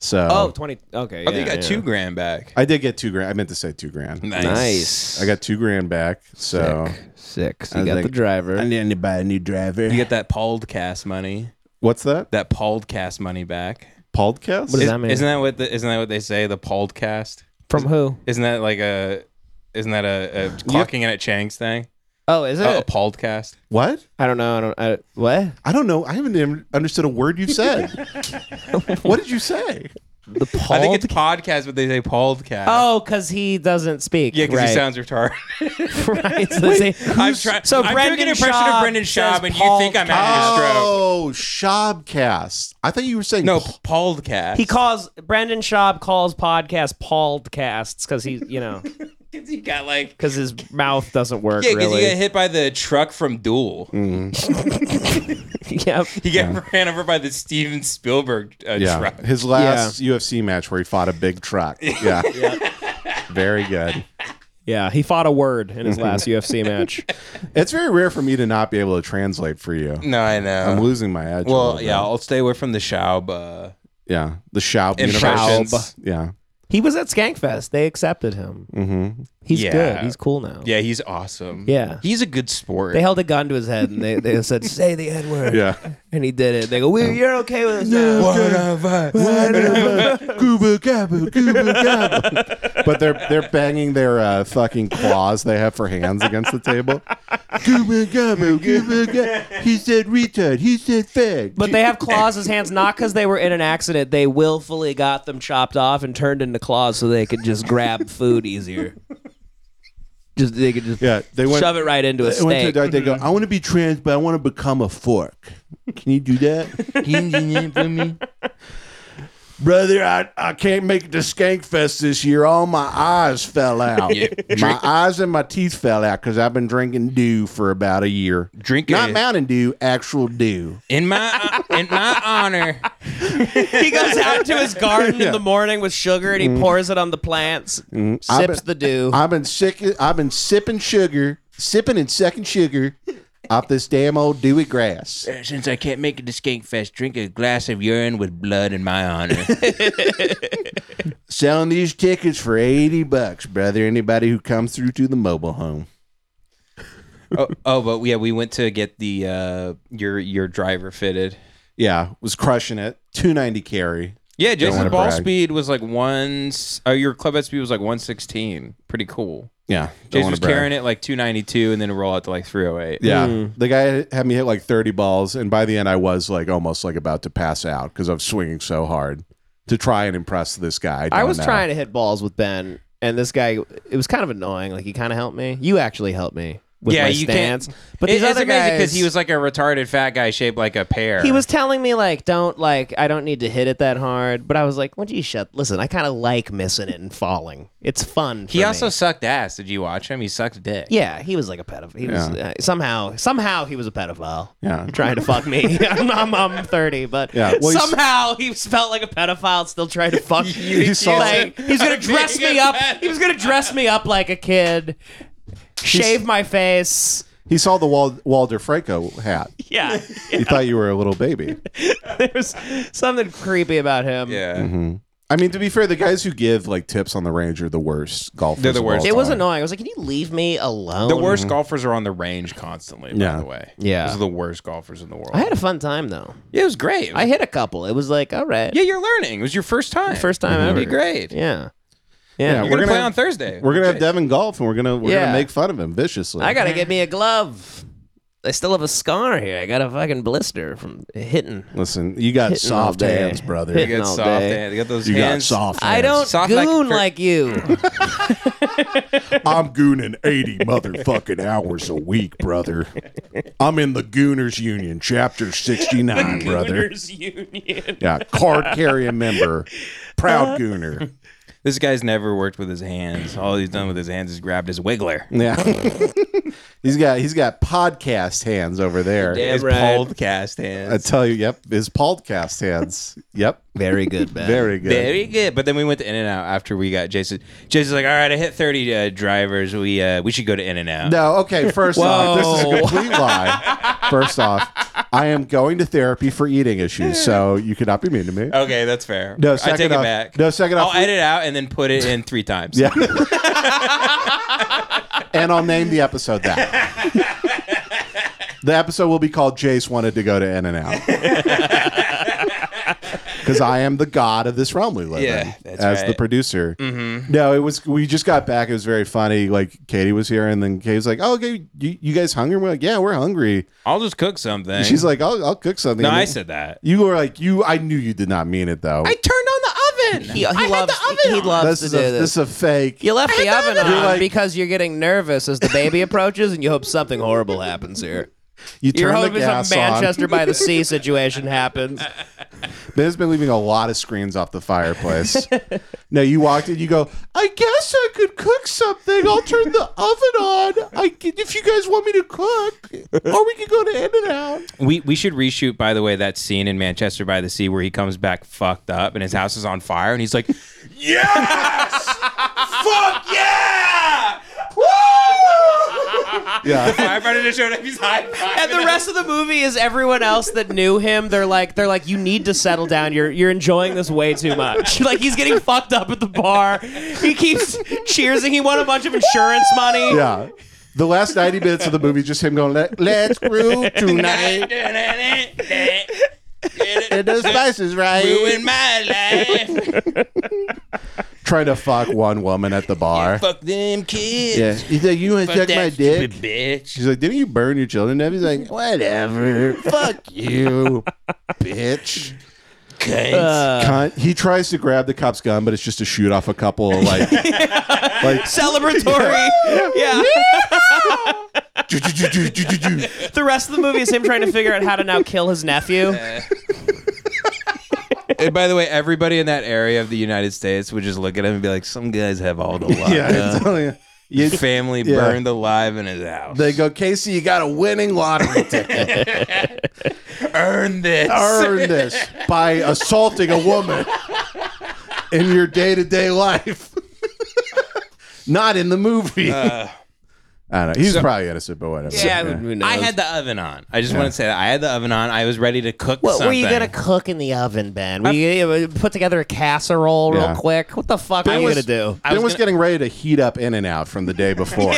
S1: So
S3: Oh, 20. Okay.
S4: I think
S3: yeah,
S4: I got two grand back.
S1: I did get two grand. I meant to say two grand.
S6: Nice.
S1: I got two grand back. So
S3: Six.
S1: I
S3: You
S1: was
S3: got
S1: like,
S3: the driver.
S1: need to buy a new driver.
S4: You get that podcast money.
S1: What's that?
S4: That podcast money back.
S1: Podcast?
S3: What is
S4: Is-
S3: that mean?
S4: Isn't that what the, isn't that what they say? The podcast.
S6: From who?
S4: Isn't that like a isn't that a, a clocking in at Chang's thing?
S3: Oh, is it?
S4: Oh, a podcast.
S1: What?
S3: I don't know. I don't. I, what?
S1: I don't know. I haven't even understood a word you said. what did you say?
S3: The Paul?
S4: I think it's podcast, but they say podcast.
S3: oh, because he doesn't speak.
S4: yeah, because
S3: right.
S4: he sounds retarded.
S3: right. So they say-
S4: I'm trying.
S3: So
S4: I'm
S3: Brendan
S4: doing an impression
S3: Schaub
S4: of Brendan
S3: says
S4: Schaub, and you think I'm having a stroke?
S1: Oh, Shobcast. I thought you were saying
S4: No, podcast.
S3: He calls Brendan Schaub calls podcasts podcasts because he you know
S4: He got like
S3: because his mouth doesn't work
S4: yeah, because
S3: really.
S4: he got hit by the truck from Duel.
S3: yep.
S4: He got ran over by the Steven Spielberg uh,
S1: yeah.
S4: truck.
S1: His last UFC match where he fought a big truck. Yeah. Very good.
S3: Yeah, he fought a word in his last UFC match.
S1: It's very rare for me to not be able to translate for you.
S4: No, I
S1: I'm
S4: know.
S1: losing my edge. a little
S4: well,
S1: bit.
S4: yeah, I'll stay away from the Schaub. Uh,
S1: yeah. The Shaub
S4: Impressions.
S1: universe. Yeah,
S3: He was at Skankfest. They accepted him.
S1: mm-hmm.
S3: He's
S4: Yeah.
S3: good. He's cool now.
S4: yeah, he's awesome.
S3: Yeah.
S4: he's a good sport.
S3: They held a gun to his head and they, they said, "Say the N word,"
S1: yeah.
S3: and he did it. They go, we, "You're okay with us now."
S1: but they're they're banging their uh, fucking claws they have for hands against the table. Gooba gabba, gooba ga- He said retard. He said fag.
S3: But they have claws as hands, not because they were in an accident. They willfully got them chopped off and turned into claws so they could just grab food easier. Just they could just
S1: yeah, they went.
S3: shove it right into a
S1: they went to a
S3: steak. Mm-hmm.
S1: doc- they go. I want to be trans, but I want to become a fork. Can you do that, brother? I, I can't make it to Skankfest this year. All my eyes fell out. My eyes and my teeth fell out because I've been drinking dew for about a year.
S4: Drink
S1: Not
S4: a-
S1: Mountain Dew, actual dew.
S4: in my in my honor.
S3: he goes out to his garden in the morning with sugar and he pours it on the plants,
S1: Mm-hmm. I
S3: sips
S1: bet-
S3: the dew.
S1: I've been sick. I've been sipping sugar, sipping and sucking sugar off this damn old dewy grass.
S4: Since I can't make it to Skankfest, drink a glass of urine with blood in my honor.
S1: Selling these tickets for eighty bucks, brother. Anybody who comes through to the mobile home.
S4: oh, oh, but yeah, we went to get the uh, your your driver fitted.
S1: Yeah, was crushing it. Two ninety carry.
S4: Yeah, Jason's
S1: wanna
S4: ball
S1: brag.
S4: speed was like one. s- Oh, your club head speed was like one sixteen. Pretty cool.
S1: Yeah,
S4: Jason was carrying it like two ninety two, and then roll out to like three oh eight.
S1: Yeah,
S3: Hmm.
S1: the guy had me hit like thirty balls, and by the end, I was like almost like about to pass out because I was swinging so hard to try and impress this guy.
S3: I was trying to hit balls with Ben, and this guy, it was kind of annoying. Like, he kind of helped me. You actually helped me with
S4: Yeah,
S3: my
S4: you can't-
S3: stance. But these other guys,
S4: because he was like a retarded fat guy shaped like a pear.
S3: He was telling me like, don't like, I don't need to hit it that hard. But I was like, well, gee, shut. Listen, I kind of like missing it and falling. It's fun.
S4: He
S3: for
S4: also
S3: me."
S4: sucked ass. Did you watch him? He sucked dick.
S3: yeah, he was like a pedophile. He was uh, somehow, somehow he was a pedophile.
S1: Yeah.
S3: trying to fuck me. I'm, I'm, I'm 30, but
S1: Yeah, well, he's-
S3: somehow he felt like a pedophile, still trying to fuck.
S1: he saw-
S3: like, he's gonna
S4: I'm
S3: dress
S4: being
S3: me
S4: a
S3: up. He was gonna dress me up like a kid, shave my face.
S1: He saw the Wal- Walder Franco hat.
S3: Yeah.
S1: He thought you were a little baby.
S3: There's something creepy about him.
S4: Yeah.
S1: Mm-hmm. I mean, to be fair, the guys who give like tips on the range are the worst golfers.
S4: They're the
S1: of all
S4: worst.
S1: time.
S3: It was annoying. I was like, can you leave me alone?
S4: The worst golfers are on the range constantly, by
S1: Mm-hmm. Yeah.
S4: the way.
S3: Yeah.
S4: Those are the worst golfers in the world.
S3: I had a fun time though.
S4: yeah, it was great.
S3: I hit a couple. It was like, all right.
S4: yeah, you're learning. It was your first time.
S3: First time
S4: It'd be
S3: ever.
S4: great.
S3: Yeah.
S1: Yeah, we're
S4: You're gonna,
S1: gonna
S4: play
S1: have-
S4: on Thursday.
S1: We're gonna have
S4: Okay.
S1: Devin golf, and we're gonna we're
S3: Yeah.
S1: gonna make fun of him viciously.
S3: I gotta get me a glove. I still have a scar here. I got a fucking blister from hitting.
S1: listen. You got
S3: Hitting all
S1: soft
S3: day.
S1: hands, brother.
S3: Hitting
S4: You got
S3: all
S4: soft
S3: day.
S4: hands. You got those
S1: You got
S4: hands.
S1: soft.
S3: I
S1: hands.
S3: don't
S4: Soft like
S3: goon
S4: fir-
S3: like you.
S1: I'm gooning 80 motherfucking hours a week, brother. I'm in the Gooners Union, Chapter 69, brother.
S6: Union.
S1: Yeah, card carrying member, proud
S3: Uh-huh.
S1: Gooner.
S4: This guy's never worked with his hands. All he's done with his hands is grabbed his wiggler.
S1: Yeah, he's got he's got podcast hands over there.
S4: his
S6: right.
S4: podcast
S1: I
S4: hands.
S1: tell you, yep, his podcast hands. Yep,
S3: Very good, man.
S1: very good.
S4: Very good. But then we went to In and Out after we got Jason. Jason's like, all right, I hit 30 uh, drivers. We uh, we should go to In and Out.
S1: No, okay. First off, this is a complete lie. First off, I am going to therapy for eating issues, so you cannot be mean to me.
S4: Okay, that's fair.
S1: No,
S4: I
S1: second
S4: take
S1: off-
S4: it back.
S1: no, second
S4: I'll
S1: off-
S4: edit it out and then put it in three times.
S1: Yeah. and I'll name the episode that. the episode will be called Jace Wanted to Go to In and Out. Because I am the god of this realm we live
S4: Yeah,
S1: in
S4: that's
S1: as the
S4: right.
S1: producer. Mm-hmm. No, it was we just got back. It was very funny. Like Katie was here, and then Katie's like, "Oh, okay, you, you guys hungry?" We're like, "Yeah, we're hungry."
S4: I'll just cook something.
S1: She's like, "I'll, I'll cook something."
S4: no,
S1: And
S4: I
S1: then-
S4: said that.
S1: you were like, "You." I knew you did not mean it though.
S4: I turned on the oven.
S3: He, he loves. He, he
S1: this
S3: loves to
S1: is
S3: do
S1: a,
S3: this.
S1: this is a fake.
S3: You left the oven on
S1: You're like-
S3: because you're getting nervous as the baby approaches, and you hope something horrible happens here.
S1: You
S3: You're
S1: turn the
S3: hoping
S1: gas
S3: some
S1: on.
S3: Manchester by the Sea situation happens.
S1: Ben's been leaving a lot of screens off the fireplace. no, you walked in. You go. I guess I could cook something. I'll turn the oven on. I can, if you guys want me to cook, or we can go to In and Out.
S4: We we should reshoot, by the way, that scene in Manchester by the Sea where he comes back fucked up and his house is on fire and he's like, "Yes, fuck yeah!"
S1: Yeah,
S4: Firefighter just showed up. He's high
S3: And the rest of the movie is everyone else that knew him. They're like, they're like, you need to settle down. You're you're enjoying this way too much. like he's getting fucked up at the bar. He keeps cheersing. He won a bunch of insurance money.
S1: yeah. The last ninety minutes of the movie, just him going, "Let- "Let's groove tonight."
S5: And those spices, right?
S4: Ruin my life.
S1: Trying to fuck one woman at the bar.
S4: Fuck them kids.
S1: Yeah, he's like, "You want to
S4: Fuck
S1: suck
S4: that
S1: my dick?"
S4: stupid bitch.
S1: She's like, "Didn't you burn your children?" Up? He's like, "Whatever, fuck you, bitch."
S4: Cunt.
S1: Cunt. He tries to grab the cop's gun, but it's just to shoot off a couple of like, like
S3: Celebratory. yeah.
S1: "Ju- ju- ju- ju- ju- ju- ju."
S3: The rest of the movie is him trying to figure out how to now kill his nephew.
S4: and by the way, everybody in that area of the United States would just look at him and be like, "Some guys have all the luck.
S1: yeah. I'm telling you. You-
S4: His family
S1: Yeah.
S4: burned alive in his house.
S1: they go, Casey, you got a winning lottery ticket.
S4: Earn this.
S1: Earn this by assaulting a woman in your day to day life, not in the movie. I don't know. He's probably innocent, but whatever.
S4: I had the oven on. I just want to say that I had the oven on. I was ready to cook
S3: What
S4: something.
S3: were you gonna cook in the oven, Ben? Were you gonna uh, put together a casserole
S1: Yeah.
S3: real quick? What the fuck
S1: Ben
S3: are you
S1: was-
S3: gonna do?
S1: Ben was, getting ready to heat up In and Out from the day before.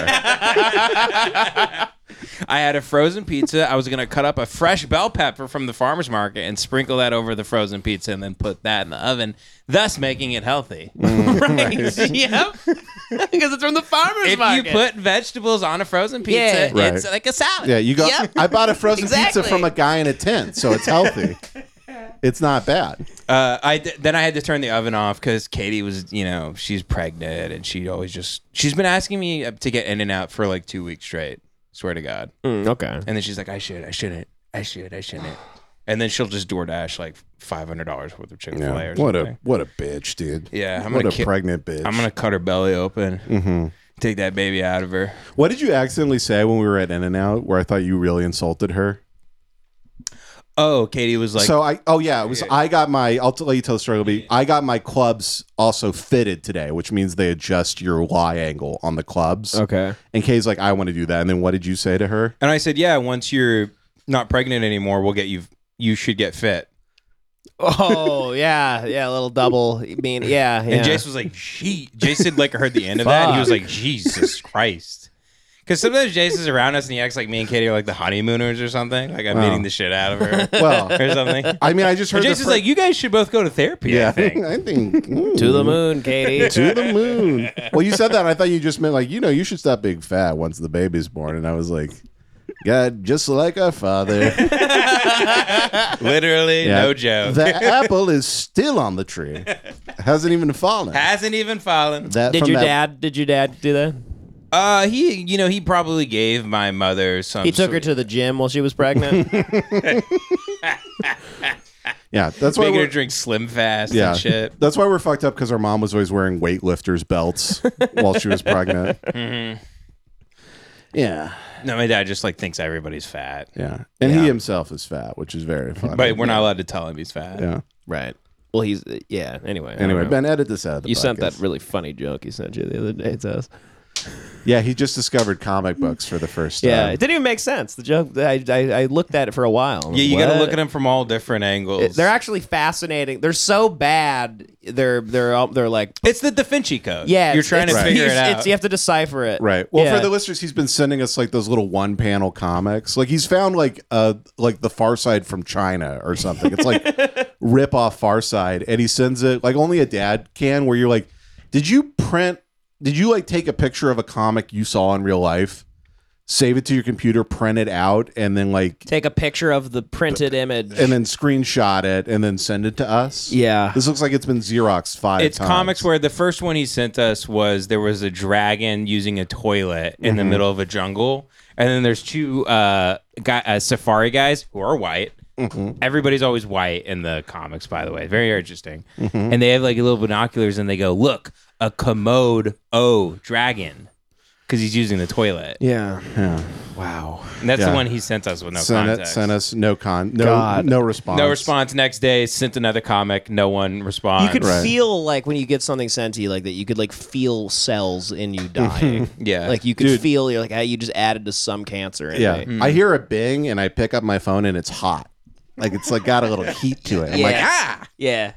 S4: I had a frozen pizza. I was gonna cut up a fresh bell pepper from the farmer's market and sprinkle that over the frozen pizza and then put that in the oven, thus making it healthy.
S3: yep, because it's from the farmer's
S4: if you put vegetables on a frozen pizza,
S3: Yeah.
S1: Right.
S4: it's like a salad.
S1: Yeah, you go.
S3: Yep.
S1: I bought a frozen
S3: Exactly.
S1: pizza from a guy in a tent, so it's healthy. it's not bad.
S4: Uh, I d- then I had to turn the oven off because Katie was, you know, she's pregnant and she always just she's been asking me uh, to get in and out for like two weeks straight. Swear to God.
S1: Mm,
S3: okay.
S4: And then she's like, I should, I shouldn't, I should, I shouldn't. And then she'll just DoorDash like five hundred dollars worth of Chick Fil A. or
S1: What
S4: something.
S1: a what a bitch, dude.
S4: Yeah, I'm
S1: what
S4: gonna
S1: a
S4: ki-
S1: pregnant bitch.
S4: I'm gonna cut her belly open,
S1: Mm-hmm.
S4: take that baby out of her.
S1: What did you accidentally say when we were at In and Out? Where I thought you really insulted her.
S4: Oh, Katie was like,
S1: so I oh yeah, it was I got my I'll t- let you tell the story. It'll be- I got my clubs also fitted today, which means they adjust your Y angle on the clubs.
S3: Okay.
S1: And Kay's like, I want to do that. And then what did you say to her?
S4: and I said, yeah, once you're not pregnant anymore, we'll get you. You should get fit.
S3: Oh yeah, yeah, a little double. I mean, yeah, yeah.
S4: And Jace was like, "Gee." Jason like heard the end of that. And he was like, "Jesus Christ." Because sometimes Jace is around us and he acts like me and Katie are like the honeymooners or something. Like I'm
S1: Wow.
S4: beating the shit out of her
S1: Well,
S4: or something.
S1: I mean, I just heard
S4: And
S1: the
S4: Jason's
S1: fir-
S4: like, "You guys should both go to therapy."
S1: yeah,
S4: I think.
S1: I think mm,
S6: To the moon, Katie.
S1: to the moon. Well, you said that. and I thought you just meant like you know you should stop being fat once the baby's born. And I was like, God, just like our father.
S4: Literally,
S1: Yeah.
S4: no joke.
S1: The apple is still on the tree. Hasn't even fallen.
S4: Hasn't even fallen.
S1: That
S3: did
S1: from
S3: your
S1: that-
S3: dad? Did your dad do that?
S4: Uh, he, you know, he probably gave my mother some.
S3: He took her
S4: sort-
S3: to the gym while she was pregnant.
S1: Yeah, that's why
S4: making her
S1: we're,
S4: drink Slim Fast
S1: yeah,
S4: and shit.
S1: that's why we're fucked up because our mom was always wearing weightlifters belts while she was pregnant. Yeah,
S4: No, my dad just like thinks everybody's fat,
S1: yeah, and he himself is fat, which is very funny.
S4: but we're not allowed to tell him he's fat.
S1: yeah.
S3: right. Well, he's yeah. Anyway. I don't
S1: Anyway,
S3: know.
S1: Ben, edit this out. Of the
S6: You sent
S1: podcast.
S6: that really funny joke you sent you the other day to us.
S1: Yeah, he just discovered comic books for the first time.
S3: Yeah, it didn't even make sense. The joke. I I, I looked at it for a while.
S4: Yeah, you got to look at
S3: them.
S4: him from all different angles.
S3: They're actually fascinating. They're so bad. They're they're all- they're like
S4: it's the Da Vinci Code.
S3: yeah.
S4: you're
S3: it's-
S4: trying to
S3: it's-
S4: figure it
S3: it's-
S4: out.
S3: it's- you have to decipher it.
S1: Right. Well,
S3: Yeah.
S1: for the listeners, he's been sending us like those little one-panel comics. Like he's found like uh like the Far Side from China or something. It's like rip off Far Side, and he sends it like only a dad can. Where you're like, did you print? Did you like take a picture of a comic you saw in real life, save it to your computer, print it out, and then like
S6: Take a picture of the printed image.
S1: and then screenshot it and then send it to us?
S6: yeah.
S1: This looks like it's been Xerox five.
S4: it's
S1: times.
S4: comics where the first one he sent us was there was a dragon using a toilet in
S1: Mm-hmm.
S4: the middle of a jungle, and then there's two uh, guy, uh safari guys who are white.
S1: Mm-hmm.
S4: Everybody's always white in the comics, by the way. Very interesting.
S1: Mm-hmm.
S4: And they have like little binoculars, and they go, "Look, a commode O dragon," because he's using the toilet.
S3: Yeah.
S4: And that's
S1: Yeah.
S4: the one he sent us with no
S1: sent it,
S4: context.
S1: sent us no con no no response
S4: no response. Next day, sent another comic. No one responds.
S3: You could
S1: Right.
S3: feel like when you get something sent to you like that, you could like feel cells in you dying.
S4: Yeah.
S3: Like you could
S1: Dude.
S3: feel you're like ah, you just added to some cancer. In
S1: Yeah. Mm-hmm.
S3: me.
S4: Hmm.
S1: I hear a bing and I pick up my phone and it's hot. Like it's like got a little heat to it. I'm like, ah,
S6: Yeah.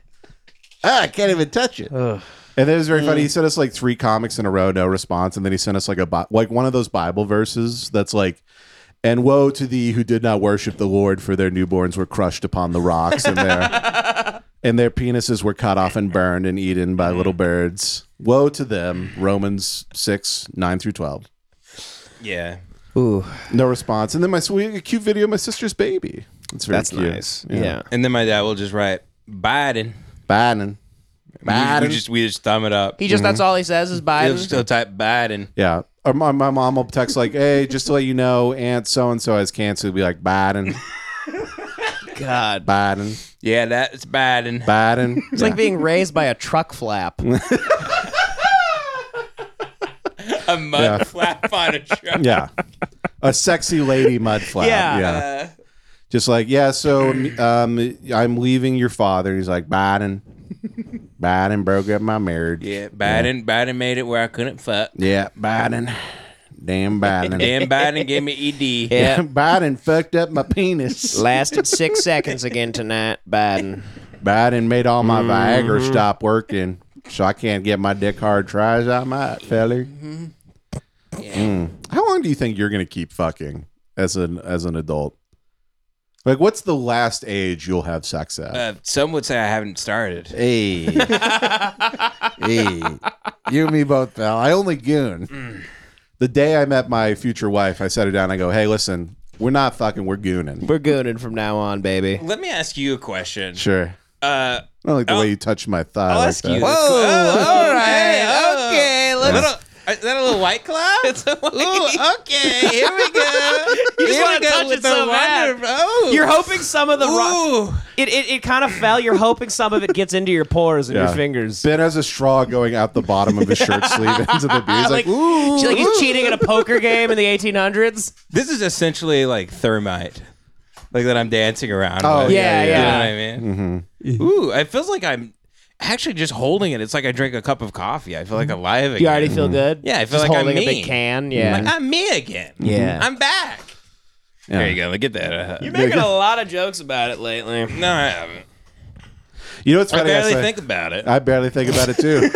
S1: ah, I can't even touch it. And then it was very funny. He
S4: Hmm.
S1: sent us like three comics in a row, no response, and then he sent us like a bi- like one of those Bible verses that's like, "And woe to thee who did not worship the Lord, for their newborns were crushed upon the rocks, and their and their penises were cut off and burned and eaten
S4: Hmm.
S1: by little birds. Woe to them." Romans six nine through twelve.
S4: yeah.
S1: No response. And then my we had a cute video, of my sister's baby. It's very that's nice.
S3: Yeah.
S4: And then my dad will just write Biden.
S1: Biden.
S4: We,
S1: Biden.
S4: we just we just thumb it up.
S3: He just
S1: Mm-hmm.
S3: that's all he says is
S4: He'll
S3: Biden.
S4: still type Biden.
S1: yeah. Or my, my mom will text like, "Hey, just to let you know, Aunt so and so has cancer." It'll be like, "Biden,
S3: God.
S1: Biden,
S4: Yeah, that's Biden.
S1: Biden."
S3: It's like being raised by a truck flap.
S4: A mud
S1: Yeah.
S4: flap on a truck.
S1: yeah, a sexy lady mud flap.
S3: Yeah.
S1: Just like, yeah. So um, I'm leaving your father. He's like, Biden, Biden broke up my marriage.
S4: Yeah, Biden. Biden made it where I couldn't fuck.
S1: Yeah, Biden. Damn Biden.
S4: Damn, Biden gave me E ED.
S3: Yeah.
S1: Biden fucked up my penis.
S3: Lasted six seconds again tonight, Biden.
S1: Biden made all my Viagra
S4: Mm-hmm.
S1: stop working, so I can't get my dick hard. Tries I might, feller. Mm. How long do you think you're gonna keep fucking as an as an adult? Like, what's the last age you'll have sex at?
S4: Uh, some would say I haven't started.
S1: hey, hey, you and me both, pal. I only goon.
S4: Mm.
S1: The day I met my future wife, I sat her down. I go, hey, listen, we're not fucking, we're gooning.
S3: We're gooning from now on, baby.
S4: Let me ask you a question.
S1: Sure.
S4: Uh,
S1: I don't like the
S4: I'll-
S1: way you touched my thigh.
S4: I'll
S1: like
S4: ask
S1: that.
S4: you. Oh, all right.
S6: okay,
S4: Let's. Little, is that a little white claw? It's a white. Ooh, okay. Here we go. you
S3: just wanna touch it so bad.
S4: Oh.
S3: You're hoping some of the rock.
S4: Ooh.
S3: It, it, it kind of fell. You're hoping some of it gets into your pores and
S1: Yeah.
S3: your fingers.
S1: Ben has a straw going out the bottom of his shirt sleeve into the beer. He's like,
S3: like,
S1: ooh.
S3: she- like he's cheating at a poker game in the 1800s.
S4: This is essentially like thermite. like that I'm dancing around.
S1: Oh,
S4: with,
S8: yeah,
S4: You know
S8: yeah. Mm-hmm.
S4: what I mean? Ooh, it feels like I'm actually just holding it. It's like I drink a cup of coffee. I feel like alive again.
S8: You already
S3: Mm-hmm.
S8: feel good?
S4: Yeah, I feel
S8: Just
S4: like I'm
S8: holding a
S4: me.
S8: big can.
S4: I'm,
S3: "Ah,
S8: Yeah.
S4: like, I'm me again.
S8: Yeah.
S4: I'm back.
S1: Yeah.
S4: There you go. Look at that. Uh,
S3: You're making a lot of jokes about it lately.
S4: no, I haven't.
S1: You know what's
S4: I
S1: funny?
S4: barely
S1: saw-
S4: think about
S8: uh,
S4: it.
S1: I barely think about it too.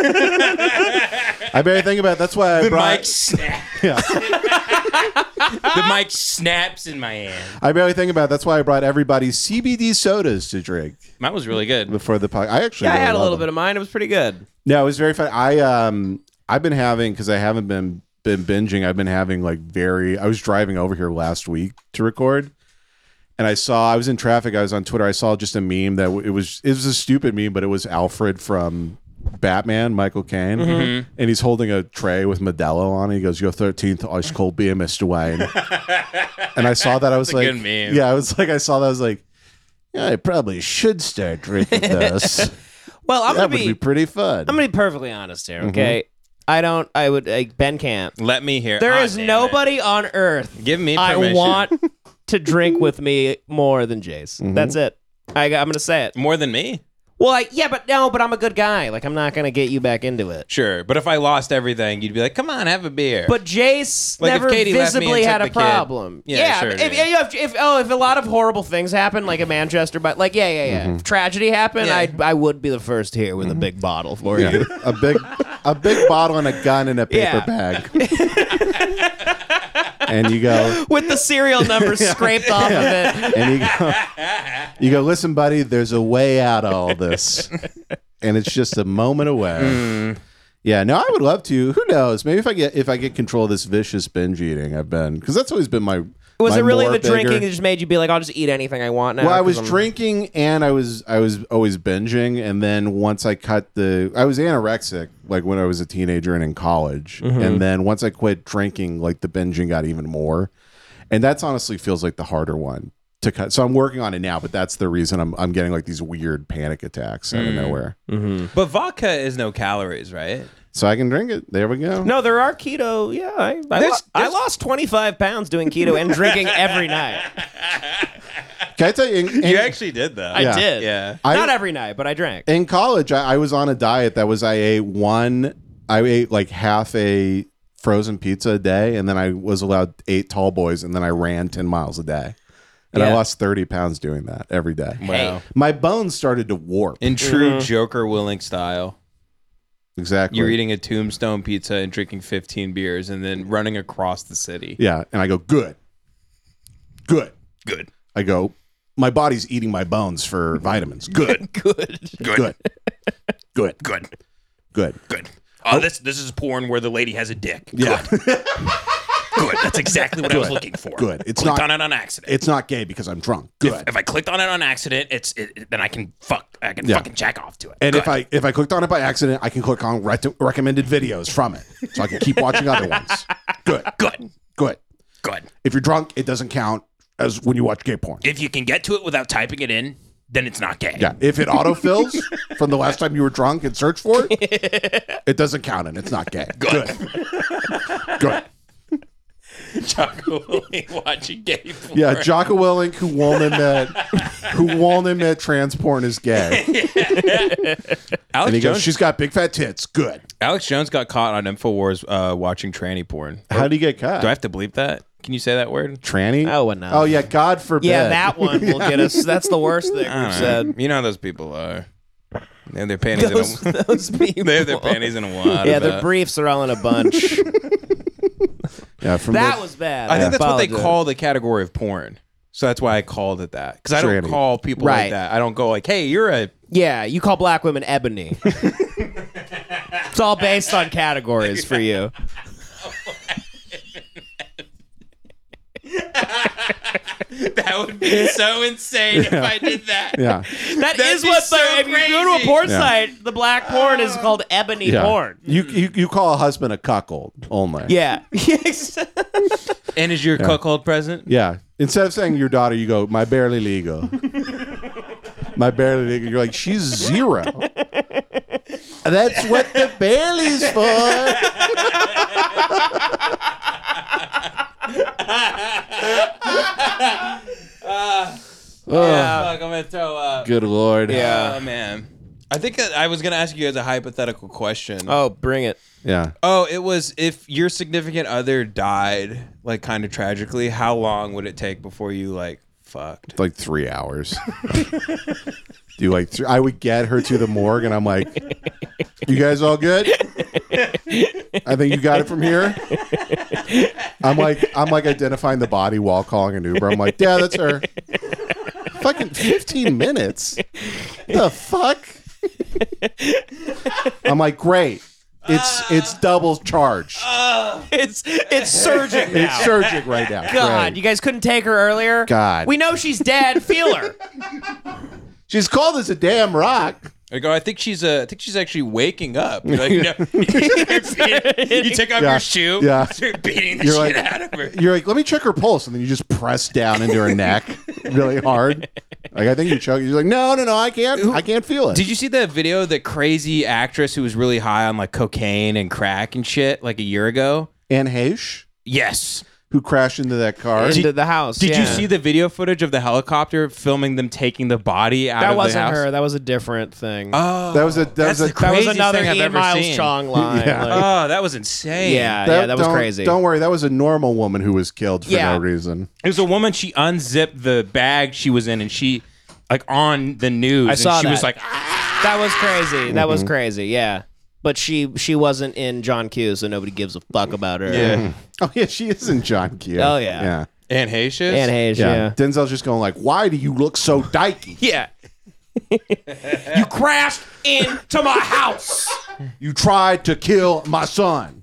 S1: I barely think about it. That's why I
S4: the
S1: brought.
S4: mic snaps.
S1: Yeah.
S4: the mic snaps in my hand.
S1: I barely think about it. That's why I brought everybody CBD sodas to drink
S4: Mine was really good.
S1: before the podcast. I actually
S3: Yeah, I
S1: really
S3: had a
S1: love
S3: little
S1: them.
S3: bit of mine. It was pretty good.
S1: No, it was very fun. I um I've been having because I haven't been been binging. I've been having like very. I was driving over here last week to record, and I saw I was in traffic. I was on Twitter. I saw just a meme that w- it was it was a stupid meme, but it was Alfred from Batman, Michael Caine, and he's holding a tray with Modelo on. it. He goes, "Your thirteenth ice cold beer, Mister Wayne." and I saw that. I was
S4: a
S1: like,
S4: good meme.
S1: "Yeah," I was like, I saw that. I was like. Yeah, I probably should start drinking this.
S3: Well, I'm
S1: that
S3: gonna
S1: would
S3: be,
S1: be pretty fun.
S3: I'm gonna be perfectly honest
S8: Mm-hmm.
S3: here. Okay, I don't. I would like Ben Camp.
S4: Let me hear.
S3: There
S4: Ah,
S3: is
S4: damn it.
S3: nobody on earth
S4: Give me
S3: I
S4: permission.
S3: want to drink with me more than Jace.
S8: Mm-hmm.
S3: That's it. I, I'm gonna say it.
S4: more than me.
S3: Well, I, yeah, but no, but I'm a good guy. Like I'm not gonna get you back into it.
S4: Sure, but if I lost everything, you'd be like, "Come on, have a beer."
S3: But Jace
S4: Like, if
S3: never
S4: Katie left me
S3: visibly
S4: and
S3: had
S4: took
S3: a
S4: the kid.
S3: problem.
S4: Yeah, sure,
S3: if,
S4: dude.
S3: if, if- oh, if a lot of horrible things happen, like in Manchester, but like yeah, yeah, Mm-hmm. yeah, Mm-hmm. if tragedy happened,
S4: Yeah.
S3: I'd, I would be the first here with a big bottle for you.
S1: Yeah. a big a big bottle and a gun and a paper
S3: Yeah.
S1: bag. and you go
S3: with the serial number scraped off of it.
S1: and you go you go listen buddy there's a way out of all this and it's just a moment away
S3: Hmm.
S1: yeah no i would love to who knows maybe if i get if i get control of this vicious binge eating i've been because that's always been my
S3: Was
S1: my
S3: it really the
S1: more bigger-
S3: drinking that just made you be like, I'll just eat anything I want now?
S1: well, I
S3: 'cause
S1: was
S3: I'm-
S1: drinking and I was I was always binging, and then once I cut the, I was anorexic like when I was a teenager and in college,
S3: Mm-hmm.
S1: and then once I quit drinking, like the binging got even more, and that's honestly feels like the harder one to cut. So I'm working on it now, but that's the reason I'm I'm getting like these weird panic attacks out
S3: Mm.
S1: of nowhere.
S4: but vodka is no calories, right?
S1: So I can drink it. There we go.
S3: No, there are keto. Yeah, I, I,
S4: There's-
S3: lo- I
S4: there's-
S3: lost 25 pounds doing keto and drinking every night.
S1: Can I tell you? In, in,
S4: You actually did that.
S1: Yeah.
S3: I did.
S4: Yeah.
S1: I-
S3: Not every night, but I drank.
S1: in college, I, I was on a diet that was I ate one, I ate like half a frozen pizza a day, and then I was allowed eight tall boys, and then I ran 10 miles a day. And I
S3: Yeah.
S1: lost 30 pounds doing that every day.
S4: Wow.
S1: My bones started to warp.
S4: In true
S3: Mm-hmm.
S4: Joker willing style,
S1: Exactly.
S4: you're eating a tombstone pizza and drinking 15 beers and then running across the city.
S1: Yeah. And I go, good. Good.
S4: Good.
S1: I go, my body's eating my bones for vitamins. Good. good. Good. Good. Good.
S4: Good.
S1: Good.
S4: Good. Oh, this this is porn where the lady has a dick.
S1: Yeah.
S4: Good. That's exactly what I was looking for.
S1: Good. It's Clicked not- on
S4: it on accident.
S1: It's not gay because I'm drunk. Good.
S4: I clicked on it on accident, it's it, then I can fuck I can
S1: Yeah. fucking
S4: jack off to it.
S1: And if I if I clicked on it by accident, I can click on rec- recommended videos from it, so I can keep watching other ones. Good,
S7: Good.
S1: good.
S7: Good.
S1: If you're drunk, it doesn't count as when you watch gay porn.
S7: If you can get to it without typing it in, then it's not gay.
S1: Yeah. If it autofills from the last time you were drunk and searched for it, it doesn't count and it's not gay. Good, good.
S7: Jocko only watching gay porn.
S1: Yeah, Jocko Willink, who won't admit, who won't admit trans porn is gay, and
S4: Alex
S1: he goes,
S4: Jones,
S1: "She's got big fat tits." Good.
S4: Alex Jones got caught on Infowars uh, watching tranny porn.
S1: How do you get
S4: Do I
S1: caught?
S4: have to bleep that? Can you say that word?
S1: Tranny?
S3: Oh, well, no.
S1: Oh yeah, God forbid.
S3: Yeah, that one will get us. That's the worst thing
S4: I
S3: we've
S4: don't
S3: said.
S4: know. You know how those people are. They have their panties
S3: Those,
S4: in a
S3: those people.
S4: they have their panties in a wad.
S3: yeah,
S4: about-
S3: their briefs are all in a bunch.
S1: Yeah, from
S3: that
S1: the-
S3: was bad.
S4: I think that's what they
S3: apologize.
S4: call the category of porn. So that's why I called it that. Because I don't
S1: Tranny.
S4: call people like
S3: Right.
S4: that. I don't go like, "Hey, you're a
S3: Yeah, you call black women ebony. it's all based on categories for you.
S7: That would be so insane if I did that.
S1: Yeah.
S3: That is
S7: be
S3: what
S7: so
S3: the if you go to a
S7: crazy.
S3: porn
S1: Yeah.
S3: site, the black porn is called ebony
S1: Yeah.
S3: porn.
S1: You, you you call a husband a cuckold only.
S3: Yeah.
S4: and is your cuckold present?"
S1: Yeah. Instead of saying your daughter, you go, my barely legal. my barely legal. You're like, she's zero. That's what the barely's for.
S4: gonna throw up.
S1: Good lord.
S4: Yeah, man. I think that I was gonna ask you guys a hypothetical question.
S9: Oh, bring it.
S1: Yeah.
S4: Oh, it was if your significant other died, like kind of tragically, how long would it take before you like fucked?
S1: Like three hours. Do like three, I would get her to the morgue, and I'm like, "You guys all good? I think you got it from here." I'm like, I'm like identifying the body while calling an Uber. I'm like, "Yeah, that's her." Fucking 15 minutes. The fuck. I'm like, great. It's it's double charge.
S3: It's it's surging now.
S1: It's surgic right now.
S3: God,
S1: Great.
S3: you guys couldn't take her earlier.
S1: God.
S3: we know she's dead. Feel her.
S1: She's called as a damn rock.
S4: I go. I think she's uh, I think she's actually waking up. You're like, no. you take off
S1: Yeah.
S4: your shoe.
S1: Yeah.
S4: You're beating the
S1: You're
S4: shit
S1: like-
S4: out of her.
S1: You're like, let me check her pulse, and then you just press down into her neck really hard. Like I think you chug. You're like, no, no, no, I can't. I can't feel it.
S4: Did you see that video of the crazy actress who was really high on like cocaine and crack and shit like a year ago?
S1: Anne Heche,
S4: Yes.
S1: who crashed into that car.
S3: Into the house.
S4: Did you
S3: yeah.
S4: see the video footage of the helicopter filming them taking the body out
S3: That
S4: of the
S3: wasn't
S4: house?
S3: her. That was a different thing.
S4: Oh,
S1: that was a that was
S4: that's
S1: a
S4: the cra-
S3: that was
S4: craziest
S3: another
S4: thing I've
S3: Ian
S4: ever
S3: Miles
S4: seen.
S3: Chong line.
S1: Yeah.
S3: like-
S4: oh, that was insane.
S3: yeah, yeah, that was
S1: don't-
S3: crazy.
S1: Don't worry, that was a normal woman who was killed for
S3: Yeah.
S1: no reason.
S4: It was a woman. She unzipped the bag she was in, and she, like, on the news.
S3: I saw
S4: and she was
S3: that.
S4: like, "Ah."
S3: That was crazy. That was crazy. Yeah. But she she wasn't in John Q, so nobody gives a fuck about her.
S4: yeah.
S1: Oh yeah, she is in John Q.
S3: Oh, yeah.
S1: yeah,
S4: Anne Hayes.
S3: And Hayes,
S1: yeah.
S3: yeah.
S1: Denzel's just going like, why do you look so dykey?
S3: Yeah.
S4: You crashed into my house.
S1: You tried to kill my son.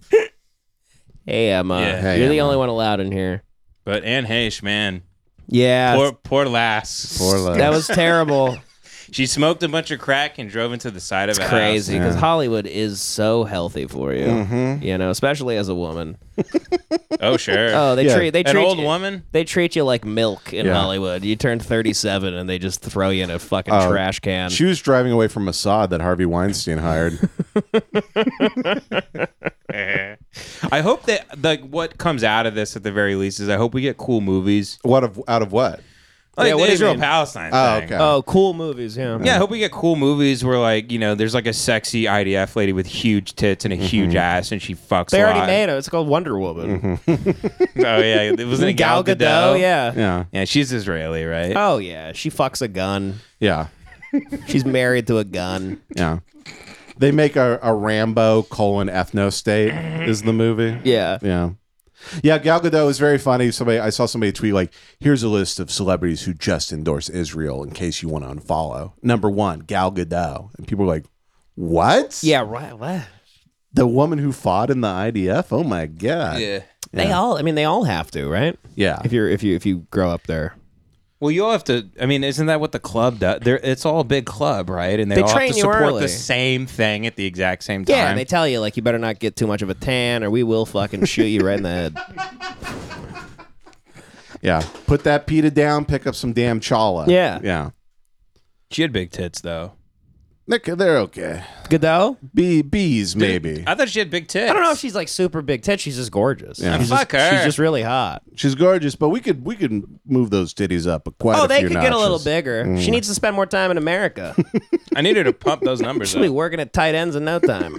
S3: Hey Emma,
S4: Yeah.
S1: Hey,
S3: you're the
S1: Emma.
S3: only one allowed in here.
S4: But Anne Hayes, man,
S3: Yeah.
S4: poor, poor lass.
S1: Poor love.
S3: that was terrible.
S4: She smoked a bunch of crack and drove into the side of a
S3: crazy because
S1: Yeah. Mm-hmm.
S3: Hollywood is so healthy for you. You know, especially as a woman.
S4: house. Oh sure.
S3: Oh, they
S1: Yeah.
S3: treat they
S4: An
S3: treat
S4: old
S3: you,
S4: woman.
S3: They treat you like milk in
S1: Yeah.
S3: Hollywood. You turn 37 and they just throw you in a fucking
S1: Oh,
S3: trash can.
S1: She was driving away from Mossad that Harvey Weinstein hired.
S4: I hope that like what comes out of this at the very least is I hope we get cool movies.
S1: what of out of what?
S4: Like
S3: Yeah,
S4: the
S3: what do you
S4: Israel
S3: mean?
S4: Palestine
S1: Oh,
S4: thing.
S1: okay.
S3: oh, cool movies, yeah.
S4: Yeah, I hope we get cool movies where like you know there's like a sexy IDF lady with huge tits and a huge ass and she fucks.
S3: Mm-hmm. They
S4: a
S3: already
S4: lot.
S3: made it. It's called Wonder Woman.
S4: Oh yeah, it was in Gal Gadot.
S3: yeah.
S1: Yeah,
S4: yeah, she's Israeli, right?
S3: Oh yeah, she fucks a gun.
S1: yeah,
S3: She's married to a gun.
S1: yeah. They make a, a Rambo colon ethno state is the movie.
S3: Yeah.
S1: Yeah. Yeah, Gal Gadot was very funny. Somebody I saw somebody tweet like, "Here's a list of celebrities who just endorse Israel in case you want to unfollow." Number one, Gal Gadot, and people were like, "What?
S3: Yeah, right. What?
S1: the woman who fought in the IDF? Oh my god!
S4: Yeah.
S3: They all I mean they all have to, right?
S1: yeah,
S3: If you're if you if you grow up there.
S4: Well, you all have to. I mean, isn't that what the club does? They're, it's all a big club, right? And they,
S3: They
S4: all
S3: train
S4: have to
S3: you
S4: support
S3: early.
S4: the same thing at the exact same time.
S3: Yeah, and they tell you like you better not get too much of a tan or we will fucking shoot you right in the head.
S1: yeah. Put that pita down. Pick up some damn chala.
S3: Yeah.
S1: yeah.
S4: she had big tits, though.
S1: They're, they're okay.
S3: Godot?
S1: Bee, bees maybe.
S4: I thought she had big tits.
S3: I don't know if she's like super big tit, she's just gorgeous.
S1: Yeah.
S3: She's just,
S4: Fuck her.
S3: She's just really hot.
S1: She's gorgeous, but we could we could move those titties up quite.
S3: oh,
S1: a
S3: they
S1: few
S3: could get a Mm. little
S1: notches.
S3: bigger. She needs to spend more time in America.
S4: I need her to pump those numbers.
S3: She'll be
S4: up.
S3: working at tight ends in no time.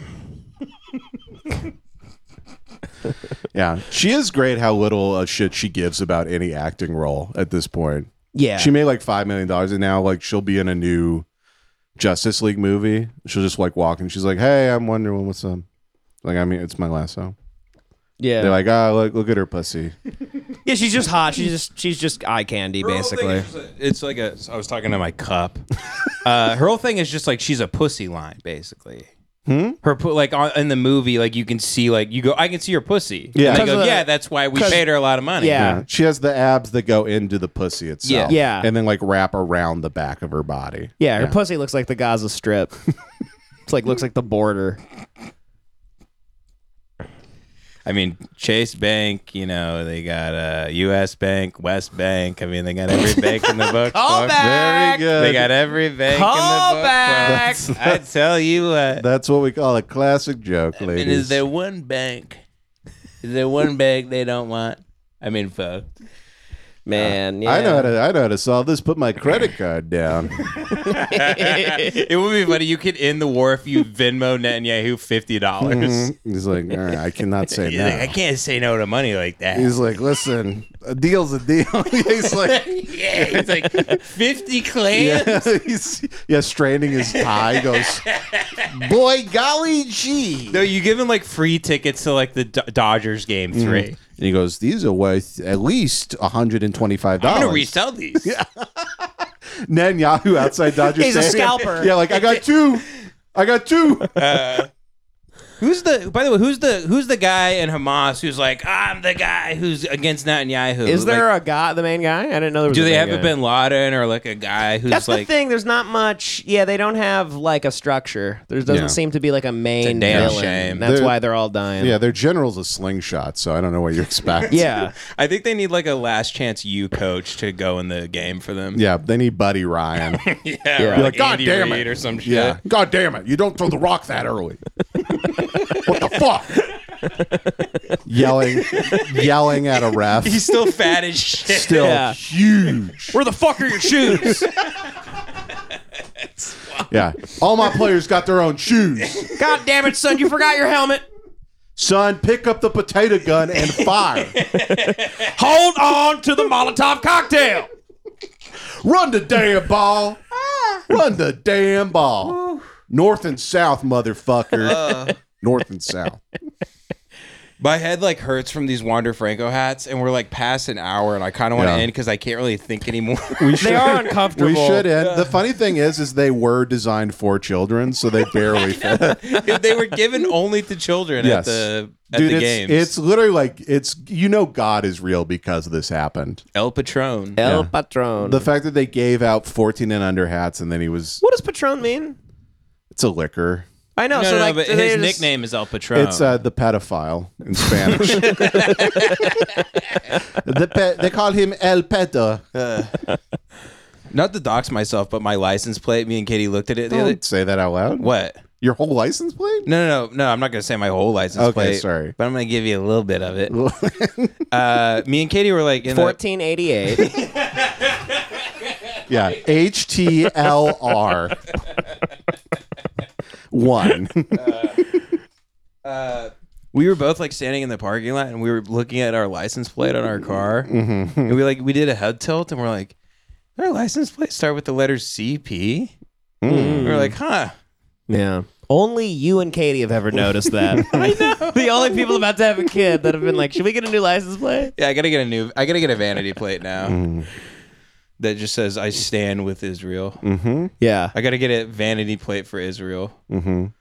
S1: Yeah, she is great. How little uh, shit she gives about any acting role at this point.
S3: Yeah.
S1: She made like five million dollars, and now like she'll be in a new Justice League movie. She'll just like walk and she's like, "Hey, I'm Wonder Woman. What's up?" Like, I mean, it's my last song.
S3: yeah.
S1: They're like, "Ah, look, look at her pussy."
S3: yeah, she's just hot. She's just she's just eye candy basically.
S4: It's like a. I was talking to my cup. uh, her whole thing is just like she's a pussy line, basically. Hmm? Her pu- like on, in the movie, like you can see, like you go, I can see her pussy.
S1: Yeah.
S4: and they
S1: 'Cause
S4: go,
S3: of the-
S4: yeah, that's why we paid her a lot of money.
S3: Yeah.
S1: she has the abs that go into the pussy itself.
S3: Yeah. Yeah.
S1: and then like wrap around the back of her body.
S3: Yeah, her pussy looks like the Gaza Strip. it's like looks like the border.
S4: I mean, Chase Bank, you know, they got uh, U.S. Bank, West Bank. I mean, they got every bank in the book. Call
S1: Very good.
S4: They got every bank in the book.
S3: back.
S4: book. I tell you what.
S1: That's what we call a classic joke,
S4: I mean, is
S1: ladies.
S4: there one bank? Is there one bank they don't want? I mean, fuck.
S10: man. Yeah.
S1: I know how to. I know how to solve this. Put my credit card down.
S4: it would be funny. You could end the war if you Venmo Netanyahu fifty dollars.
S3: Mm-hmm.
S1: He's like, all right, I cannot say
S4: You're like, I
S1: no.
S4: can't say no to money like that.
S1: He's like, listen, a deal's a deal. He's like,
S4: yeah, it's like fifty clams.
S1: yeah, he's yeah, straining his tie. He goes, boy, golly gee.
S4: No, you give him like free tickets to like the Do- Dodgers game
S3: Mm-hmm.
S4: 3
S1: And he goes, these are worth at least hundred and twenty-five
S4: I'm
S1: dollars.
S3: Oh,
S4: gonna resell these.
S1: Netanyahu outside Dodger
S3: He's a
S1: Stadium.
S3: scalper.
S1: Yeah, like I got two. I got two.
S4: Who's the? By the way, who's the? Who's the guy in Hamas who's like, I'm the guy who's against Netanyahu?
S3: Is there
S4: Like,
S3: a guy, the main guy? I didn't know there was.
S4: do
S3: a
S4: they
S3: main
S4: have
S3: guy.
S4: a Bin Laden or like a guy who's
S3: That's
S4: like?
S3: the thing. There's not much. Yeah, they don't have like a structure. There doesn't
S1: Yeah.
S3: seem to be like a main
S4: damn
S3: villain.
S4: shame.
S3: That's
S1: They're-
S3: why they're all dying.
S1: yeah, their general's a slingshot, so I don't know what you expect.
S3: yeah.
S4: I think they need like a last chance you coach to go in the game for them.
S1: Yeah, they need Buddy Ryan.
S4: yeah.
S3: You're
S4: Or
S3: like,
S4: like
S1: "God
S4: Andy
S1: damn it."
S4: Reid or some shit.
S1: Yeah. God damn it. You don't throw the rock that early. what the fuck? yelling yelling at a ref.
S4: He's still fat as shit.
S1: still
S3: Yeah.
S1: huge.
S3: Where the fuck are your shoes?
S1: Yeah. All my players got their own shoes.
S3: God damn it, son! You forgot your helmet.
S1: Son, pick up the potato gun and fire.
S3: Hold on to the Molotov cocktail.
S1: Run the damn ball. Run the damn ball. North and south, motherfucker.
S3: Uh.
S1: North and south.
S4: My head like hurts from these Wander Franco hats, and we're like past an hour, and I kind of want to
S1: Yeah.
S4: end because I can't really think anymore.
S3: They are uncomfortable.
S1: We should end. The funny thing is, is they were designed for children, so they barely fit.
S4: they were given only to children
S1: Yes.
S4: at the at
S1: Dude,
S4: the
S1: it's,
S4: games.
S1: it's literally like it's you know God is real because this happened.
S4: El Patron.
S10: El Patron.
S1: The fact that they gave out 14 and under hats and then he was
S3: What does Patron mean?
S1: it's a liquor.
S3: I know.
S4: no,
S3: so
S4: no,
S3: like
S4: but
S3: they
S4: his
S3: just-
S4: nickname is El Patron.
S1: It's uh, the pedophile in Spanish. the pe- they call him El Pedo.
S4: Not to dox myself, but my license plate. Me and Katie looked at it the other.
S1: Don't say that out loud.
S4: What?
S1: Your whole license plate?
S4: No, no, no, no. I'm not gonna say my whole license
S1: Okay,
S4: plate.
S1: sorry.
S4: but I'm gonna give you a little bit of it. uh, me and Katie were like in the-
S3: 1488.
S1: Yeah, H T L R one.
S4: we were both like standing in the parking lot and we were looking at our license plate on our car
S1: Mm-hmm.
S4: and we like we did a head tilt and we're like "Did our license plate start with the letter cp
S1: Mm.
S4: we are like huh
S3: yeah. Only you and Katie have ever noticed that. I know. The only people about to have a kid that have been like, should we get a new license plate?
S4: yeah i gotta get a new i gotta get a vanity plate now
S1: Mm-hmm.
S4: that just says i stand with israel
S3: Yeah.
S4: i gotta get a vanity plate for israel i'm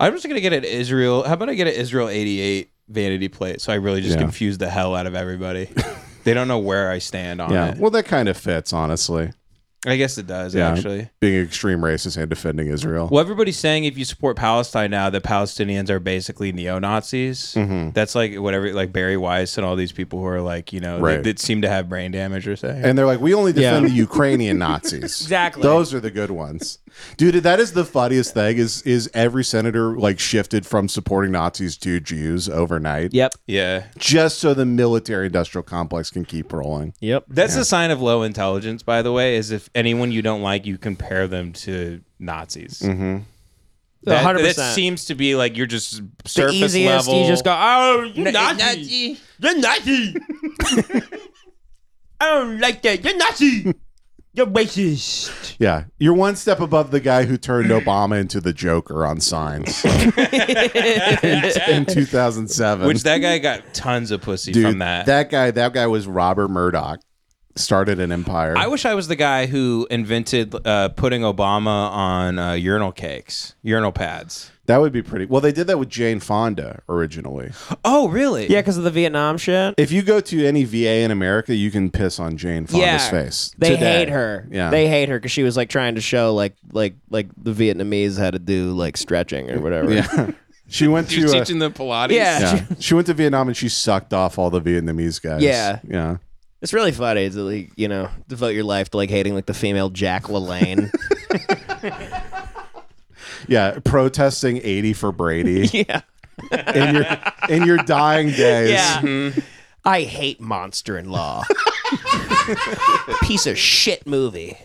S4: just gonna get an israel how about i get an israel 88 vanity plate so i really just
S1: Yeah.
S4: confuse the hell out of everybody they don't know where i stand on
S1: Yeah.
S4: it
S1: Well, that kind of fits, honestly.
S4: i guess it does
S1: Yeah.
S4: actually
S1: Being an extreme racist and defending Israel.
S4: Well, everybody's saying if you support Palestine now, that Palestinians are basically neo Nazis.
S1: Mm-hmm.
S4: That's like whatever, like Barry Weiss and all these people who are like, you know,
S1: Right.
S4: that, that seem to have brain damage or saying.
S1: And they're like, we only defend the Ukrainian Nazis.
S3: Exactly.
S1: Those are the good ones. Dude, that is the funniest thing is is every senator like shifted from supporting Nazis to Jews overnight.
S3: Yep.
S4: yeah.
S1: Just so the military industrial complex can keep rolling.
S3: Yep.
S4: That's a sign of low intelligence, by the way, is if anyone you don't like, you compare them to Nazis.
S1: Mm-hmm.
S4: That,
S3: 100%.
S4: that seems to be like you're just
S3: the
S4: surface
S3: easiest.
S4: level.
S3: You just go, oh, you
S4: N-
S3: Nazi.
S4: Nazi.
S3: You're Nazi. I don't like that. You're Nazi. You're racist.
S1: Yeah. You're one step above the guy who turned Obama into the Joker on signs in, in 2007.
S4: Which that guy got tons of pussy
S1: Dude,
S4: from that.
S1: guy, that guy was Robert Murdoch. Started an empire.
S4: I wish I was the guy who invented uh, putting Obama on uh, urinal cakes, urinal pads.
S1: that would be pretty. Well, they did that with Jane Fonda originally.
S4: Oh, really?
S3: Yeah, because of the Vietnam shit.
S1: If you go to any VA in America, you can piss on Jane Fonda's
S3: Yeah.
S1: face.
S3: They
S1: Today.
S3: hate her.
S1: Yeah.
S3: They hate her because she was like trying to show like like like the Vietnamese how to do like stretching or whatever.
S1: Yeah. She went to uh,
S4: the Pilates.
S3: Yeah.
S1: yeah. she went to Vietnam and she sucked off all the Vietnamese guys.
S3: Yeah.
S1: Yeah.
S3: It's really funny to like, you know, devote your life to like hating like the female Jack LaLanne.
S1: Yeah, protesting 80 for Brady
S3: yeah.
S1: in your in your dying days.
S3: Yeah.
S6: I hate Monster in Law. Piece of shit movie.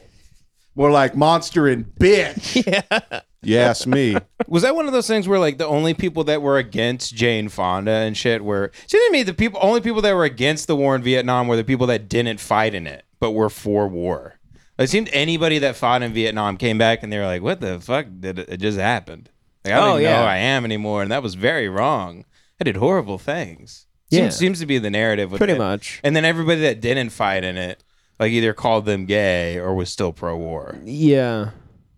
S1: More like monster and bitch. Yes, me.
S4: Was that one of those things where like the only people that were against Jane Fonda and shit were? See what I mean? The people, only people that were against the war in Vietnam were the people that didn't fight in it, but were for war. It seemed anybody that fought in Vietnam came back and they were like, "What the fuck did it, it just happened? Like, I don't
S3: Oh,
S4: even know
S3: yeah.
S4: who I am anymore, and that was very wrong. I did horrible things."
S3: Yeah.
S4: seems, seems to be the narrative. With
S3: Pretty
S4: it.
S3: much.
S4: And then everybody that didn't fight in it, like either called them gay or was still pro-war.
S3: Yeah,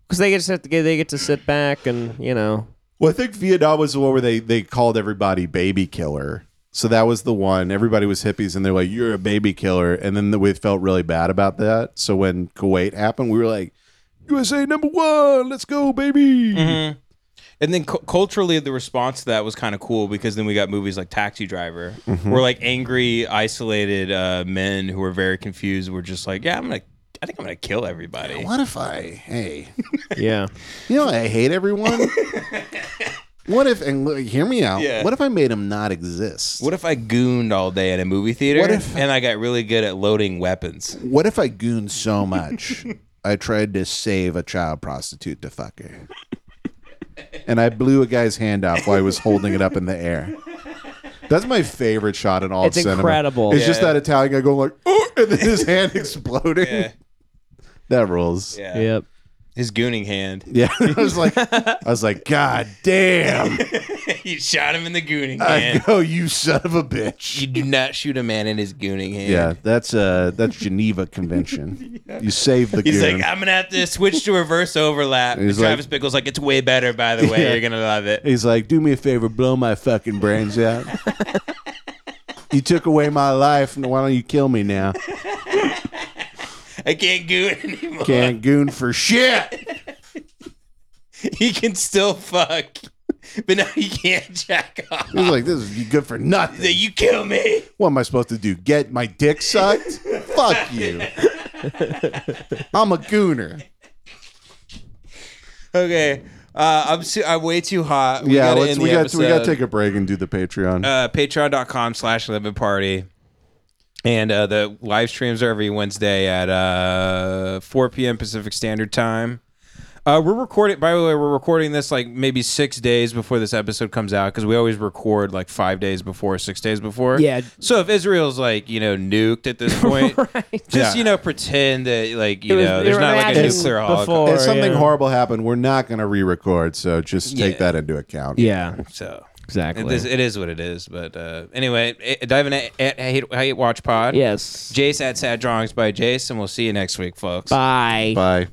S3: because they get to sit, they get to sit back and you know.
S1: Well, I think Vietnam was the one where they they called everybody baby killer. So that was the one. Everybody was hippies, and they're like, "You're a baby killer," and then we felt really bad about that. So when Kuwait happened, we were like, "USA number one, let's go, baby!"
S4: And then cu- culturally, the response to that was kind of cool because then we got movies like Taxi Driver,
S1: Mm-hmm.
S4: where like angry, isolated uh, men who were very confused were just like, "Yeah, I'm gonna, I think I'm gonna kill everybody."
S1: What if I? Hey,
S3: Yeah.
S1: you know, I hate everyone. what if? And look, hear me out.
S4: Yeah.
S1: What if I made them not exist?
S4: What if I gooned all day at a movie theater?
S1: What if-
S4: and I got really good at loading weapons?
S1: What if I gooned so much I tried to save a child prostitute to fuck her? And I blew a guy's hand off while he was holding it up in the air. That's my favorite shot in all
S3: It's
S1: of cinema.
S3: incredible.
S1: It's just that Italian guy going like, oh, and then his hand exploding. That rules.
S4: Yeah.
S3: Yep.
S4: His gooning hand.
S1: Yeah. I was like, I was like, God damn.
S4: you shot him in the gooning
S1: I
S4: hand.
S1: go, you son of a bitch.
S4: you do not shoot a man in his gooning hand.
S1: Yeah, that's uh that's Geneva Convention. You save the
S4: He's
S1: goon.
S4: like, I'm gonna have to switch to reverse overlap.
S1: He's like-
S4: Travis Bickle's like, it's way better, by the way.
S1: Yeah.
S4: You're gonna love it.
S1: He's like, do me a favor, blow my fucking brains out. you took away my life, and why don't you kill me now?
S4: I can't goon anymore.
S1: Can't goon for shit.
S4: he can still fuck, but now he can't jack off.
S1: He's like, this is good for
S4: That
S1: nothing.
S4: you kill me.
S1: What am I supposed to do? Get my dick sucked? Fuck you. I'm a gooner.
S4: Okay, uh, I'm su- I'm way too hot. We
S1: yeah,
S4: gotta
S1: let's,
S4: end
S1: we
S4: the
S1: got to we got to
S4: episode.
S1: take a break and do the Patreon.
S4: uh, patreon.com slash lemon party and uh, the live streams are every wednesday at uh, 4 p.m pacific standard time uh, we're recording by the way we're recording this like maybe six days before this episode comes out because we always record like five days before six days before
S3: Yeah.
S4: so if israel's like you know nuked at this point just
S1: Yeah.
S4: you know pretend that like you
S3: was-
S4: know
S3: they
S4: there's
S3: were
S4: not like a
S3: imagining
S4: nuclear holocaust
S3: before.
S1: if something
S3: yeah.
S1: horrible happened, we're not going to re-record, so just take
S4: Yeah.
S1: that into account.
S3: Yeah.
S4: so
S3: Exactly.
S4: it is, it is what it is but uh, anyway eh, dive in at, at hate, hate watch pod
S3: yes.
S4: Jace at Sad Drawings by Jace, and we'll see you next week, folks.
S3: Bye.
S1: Bye.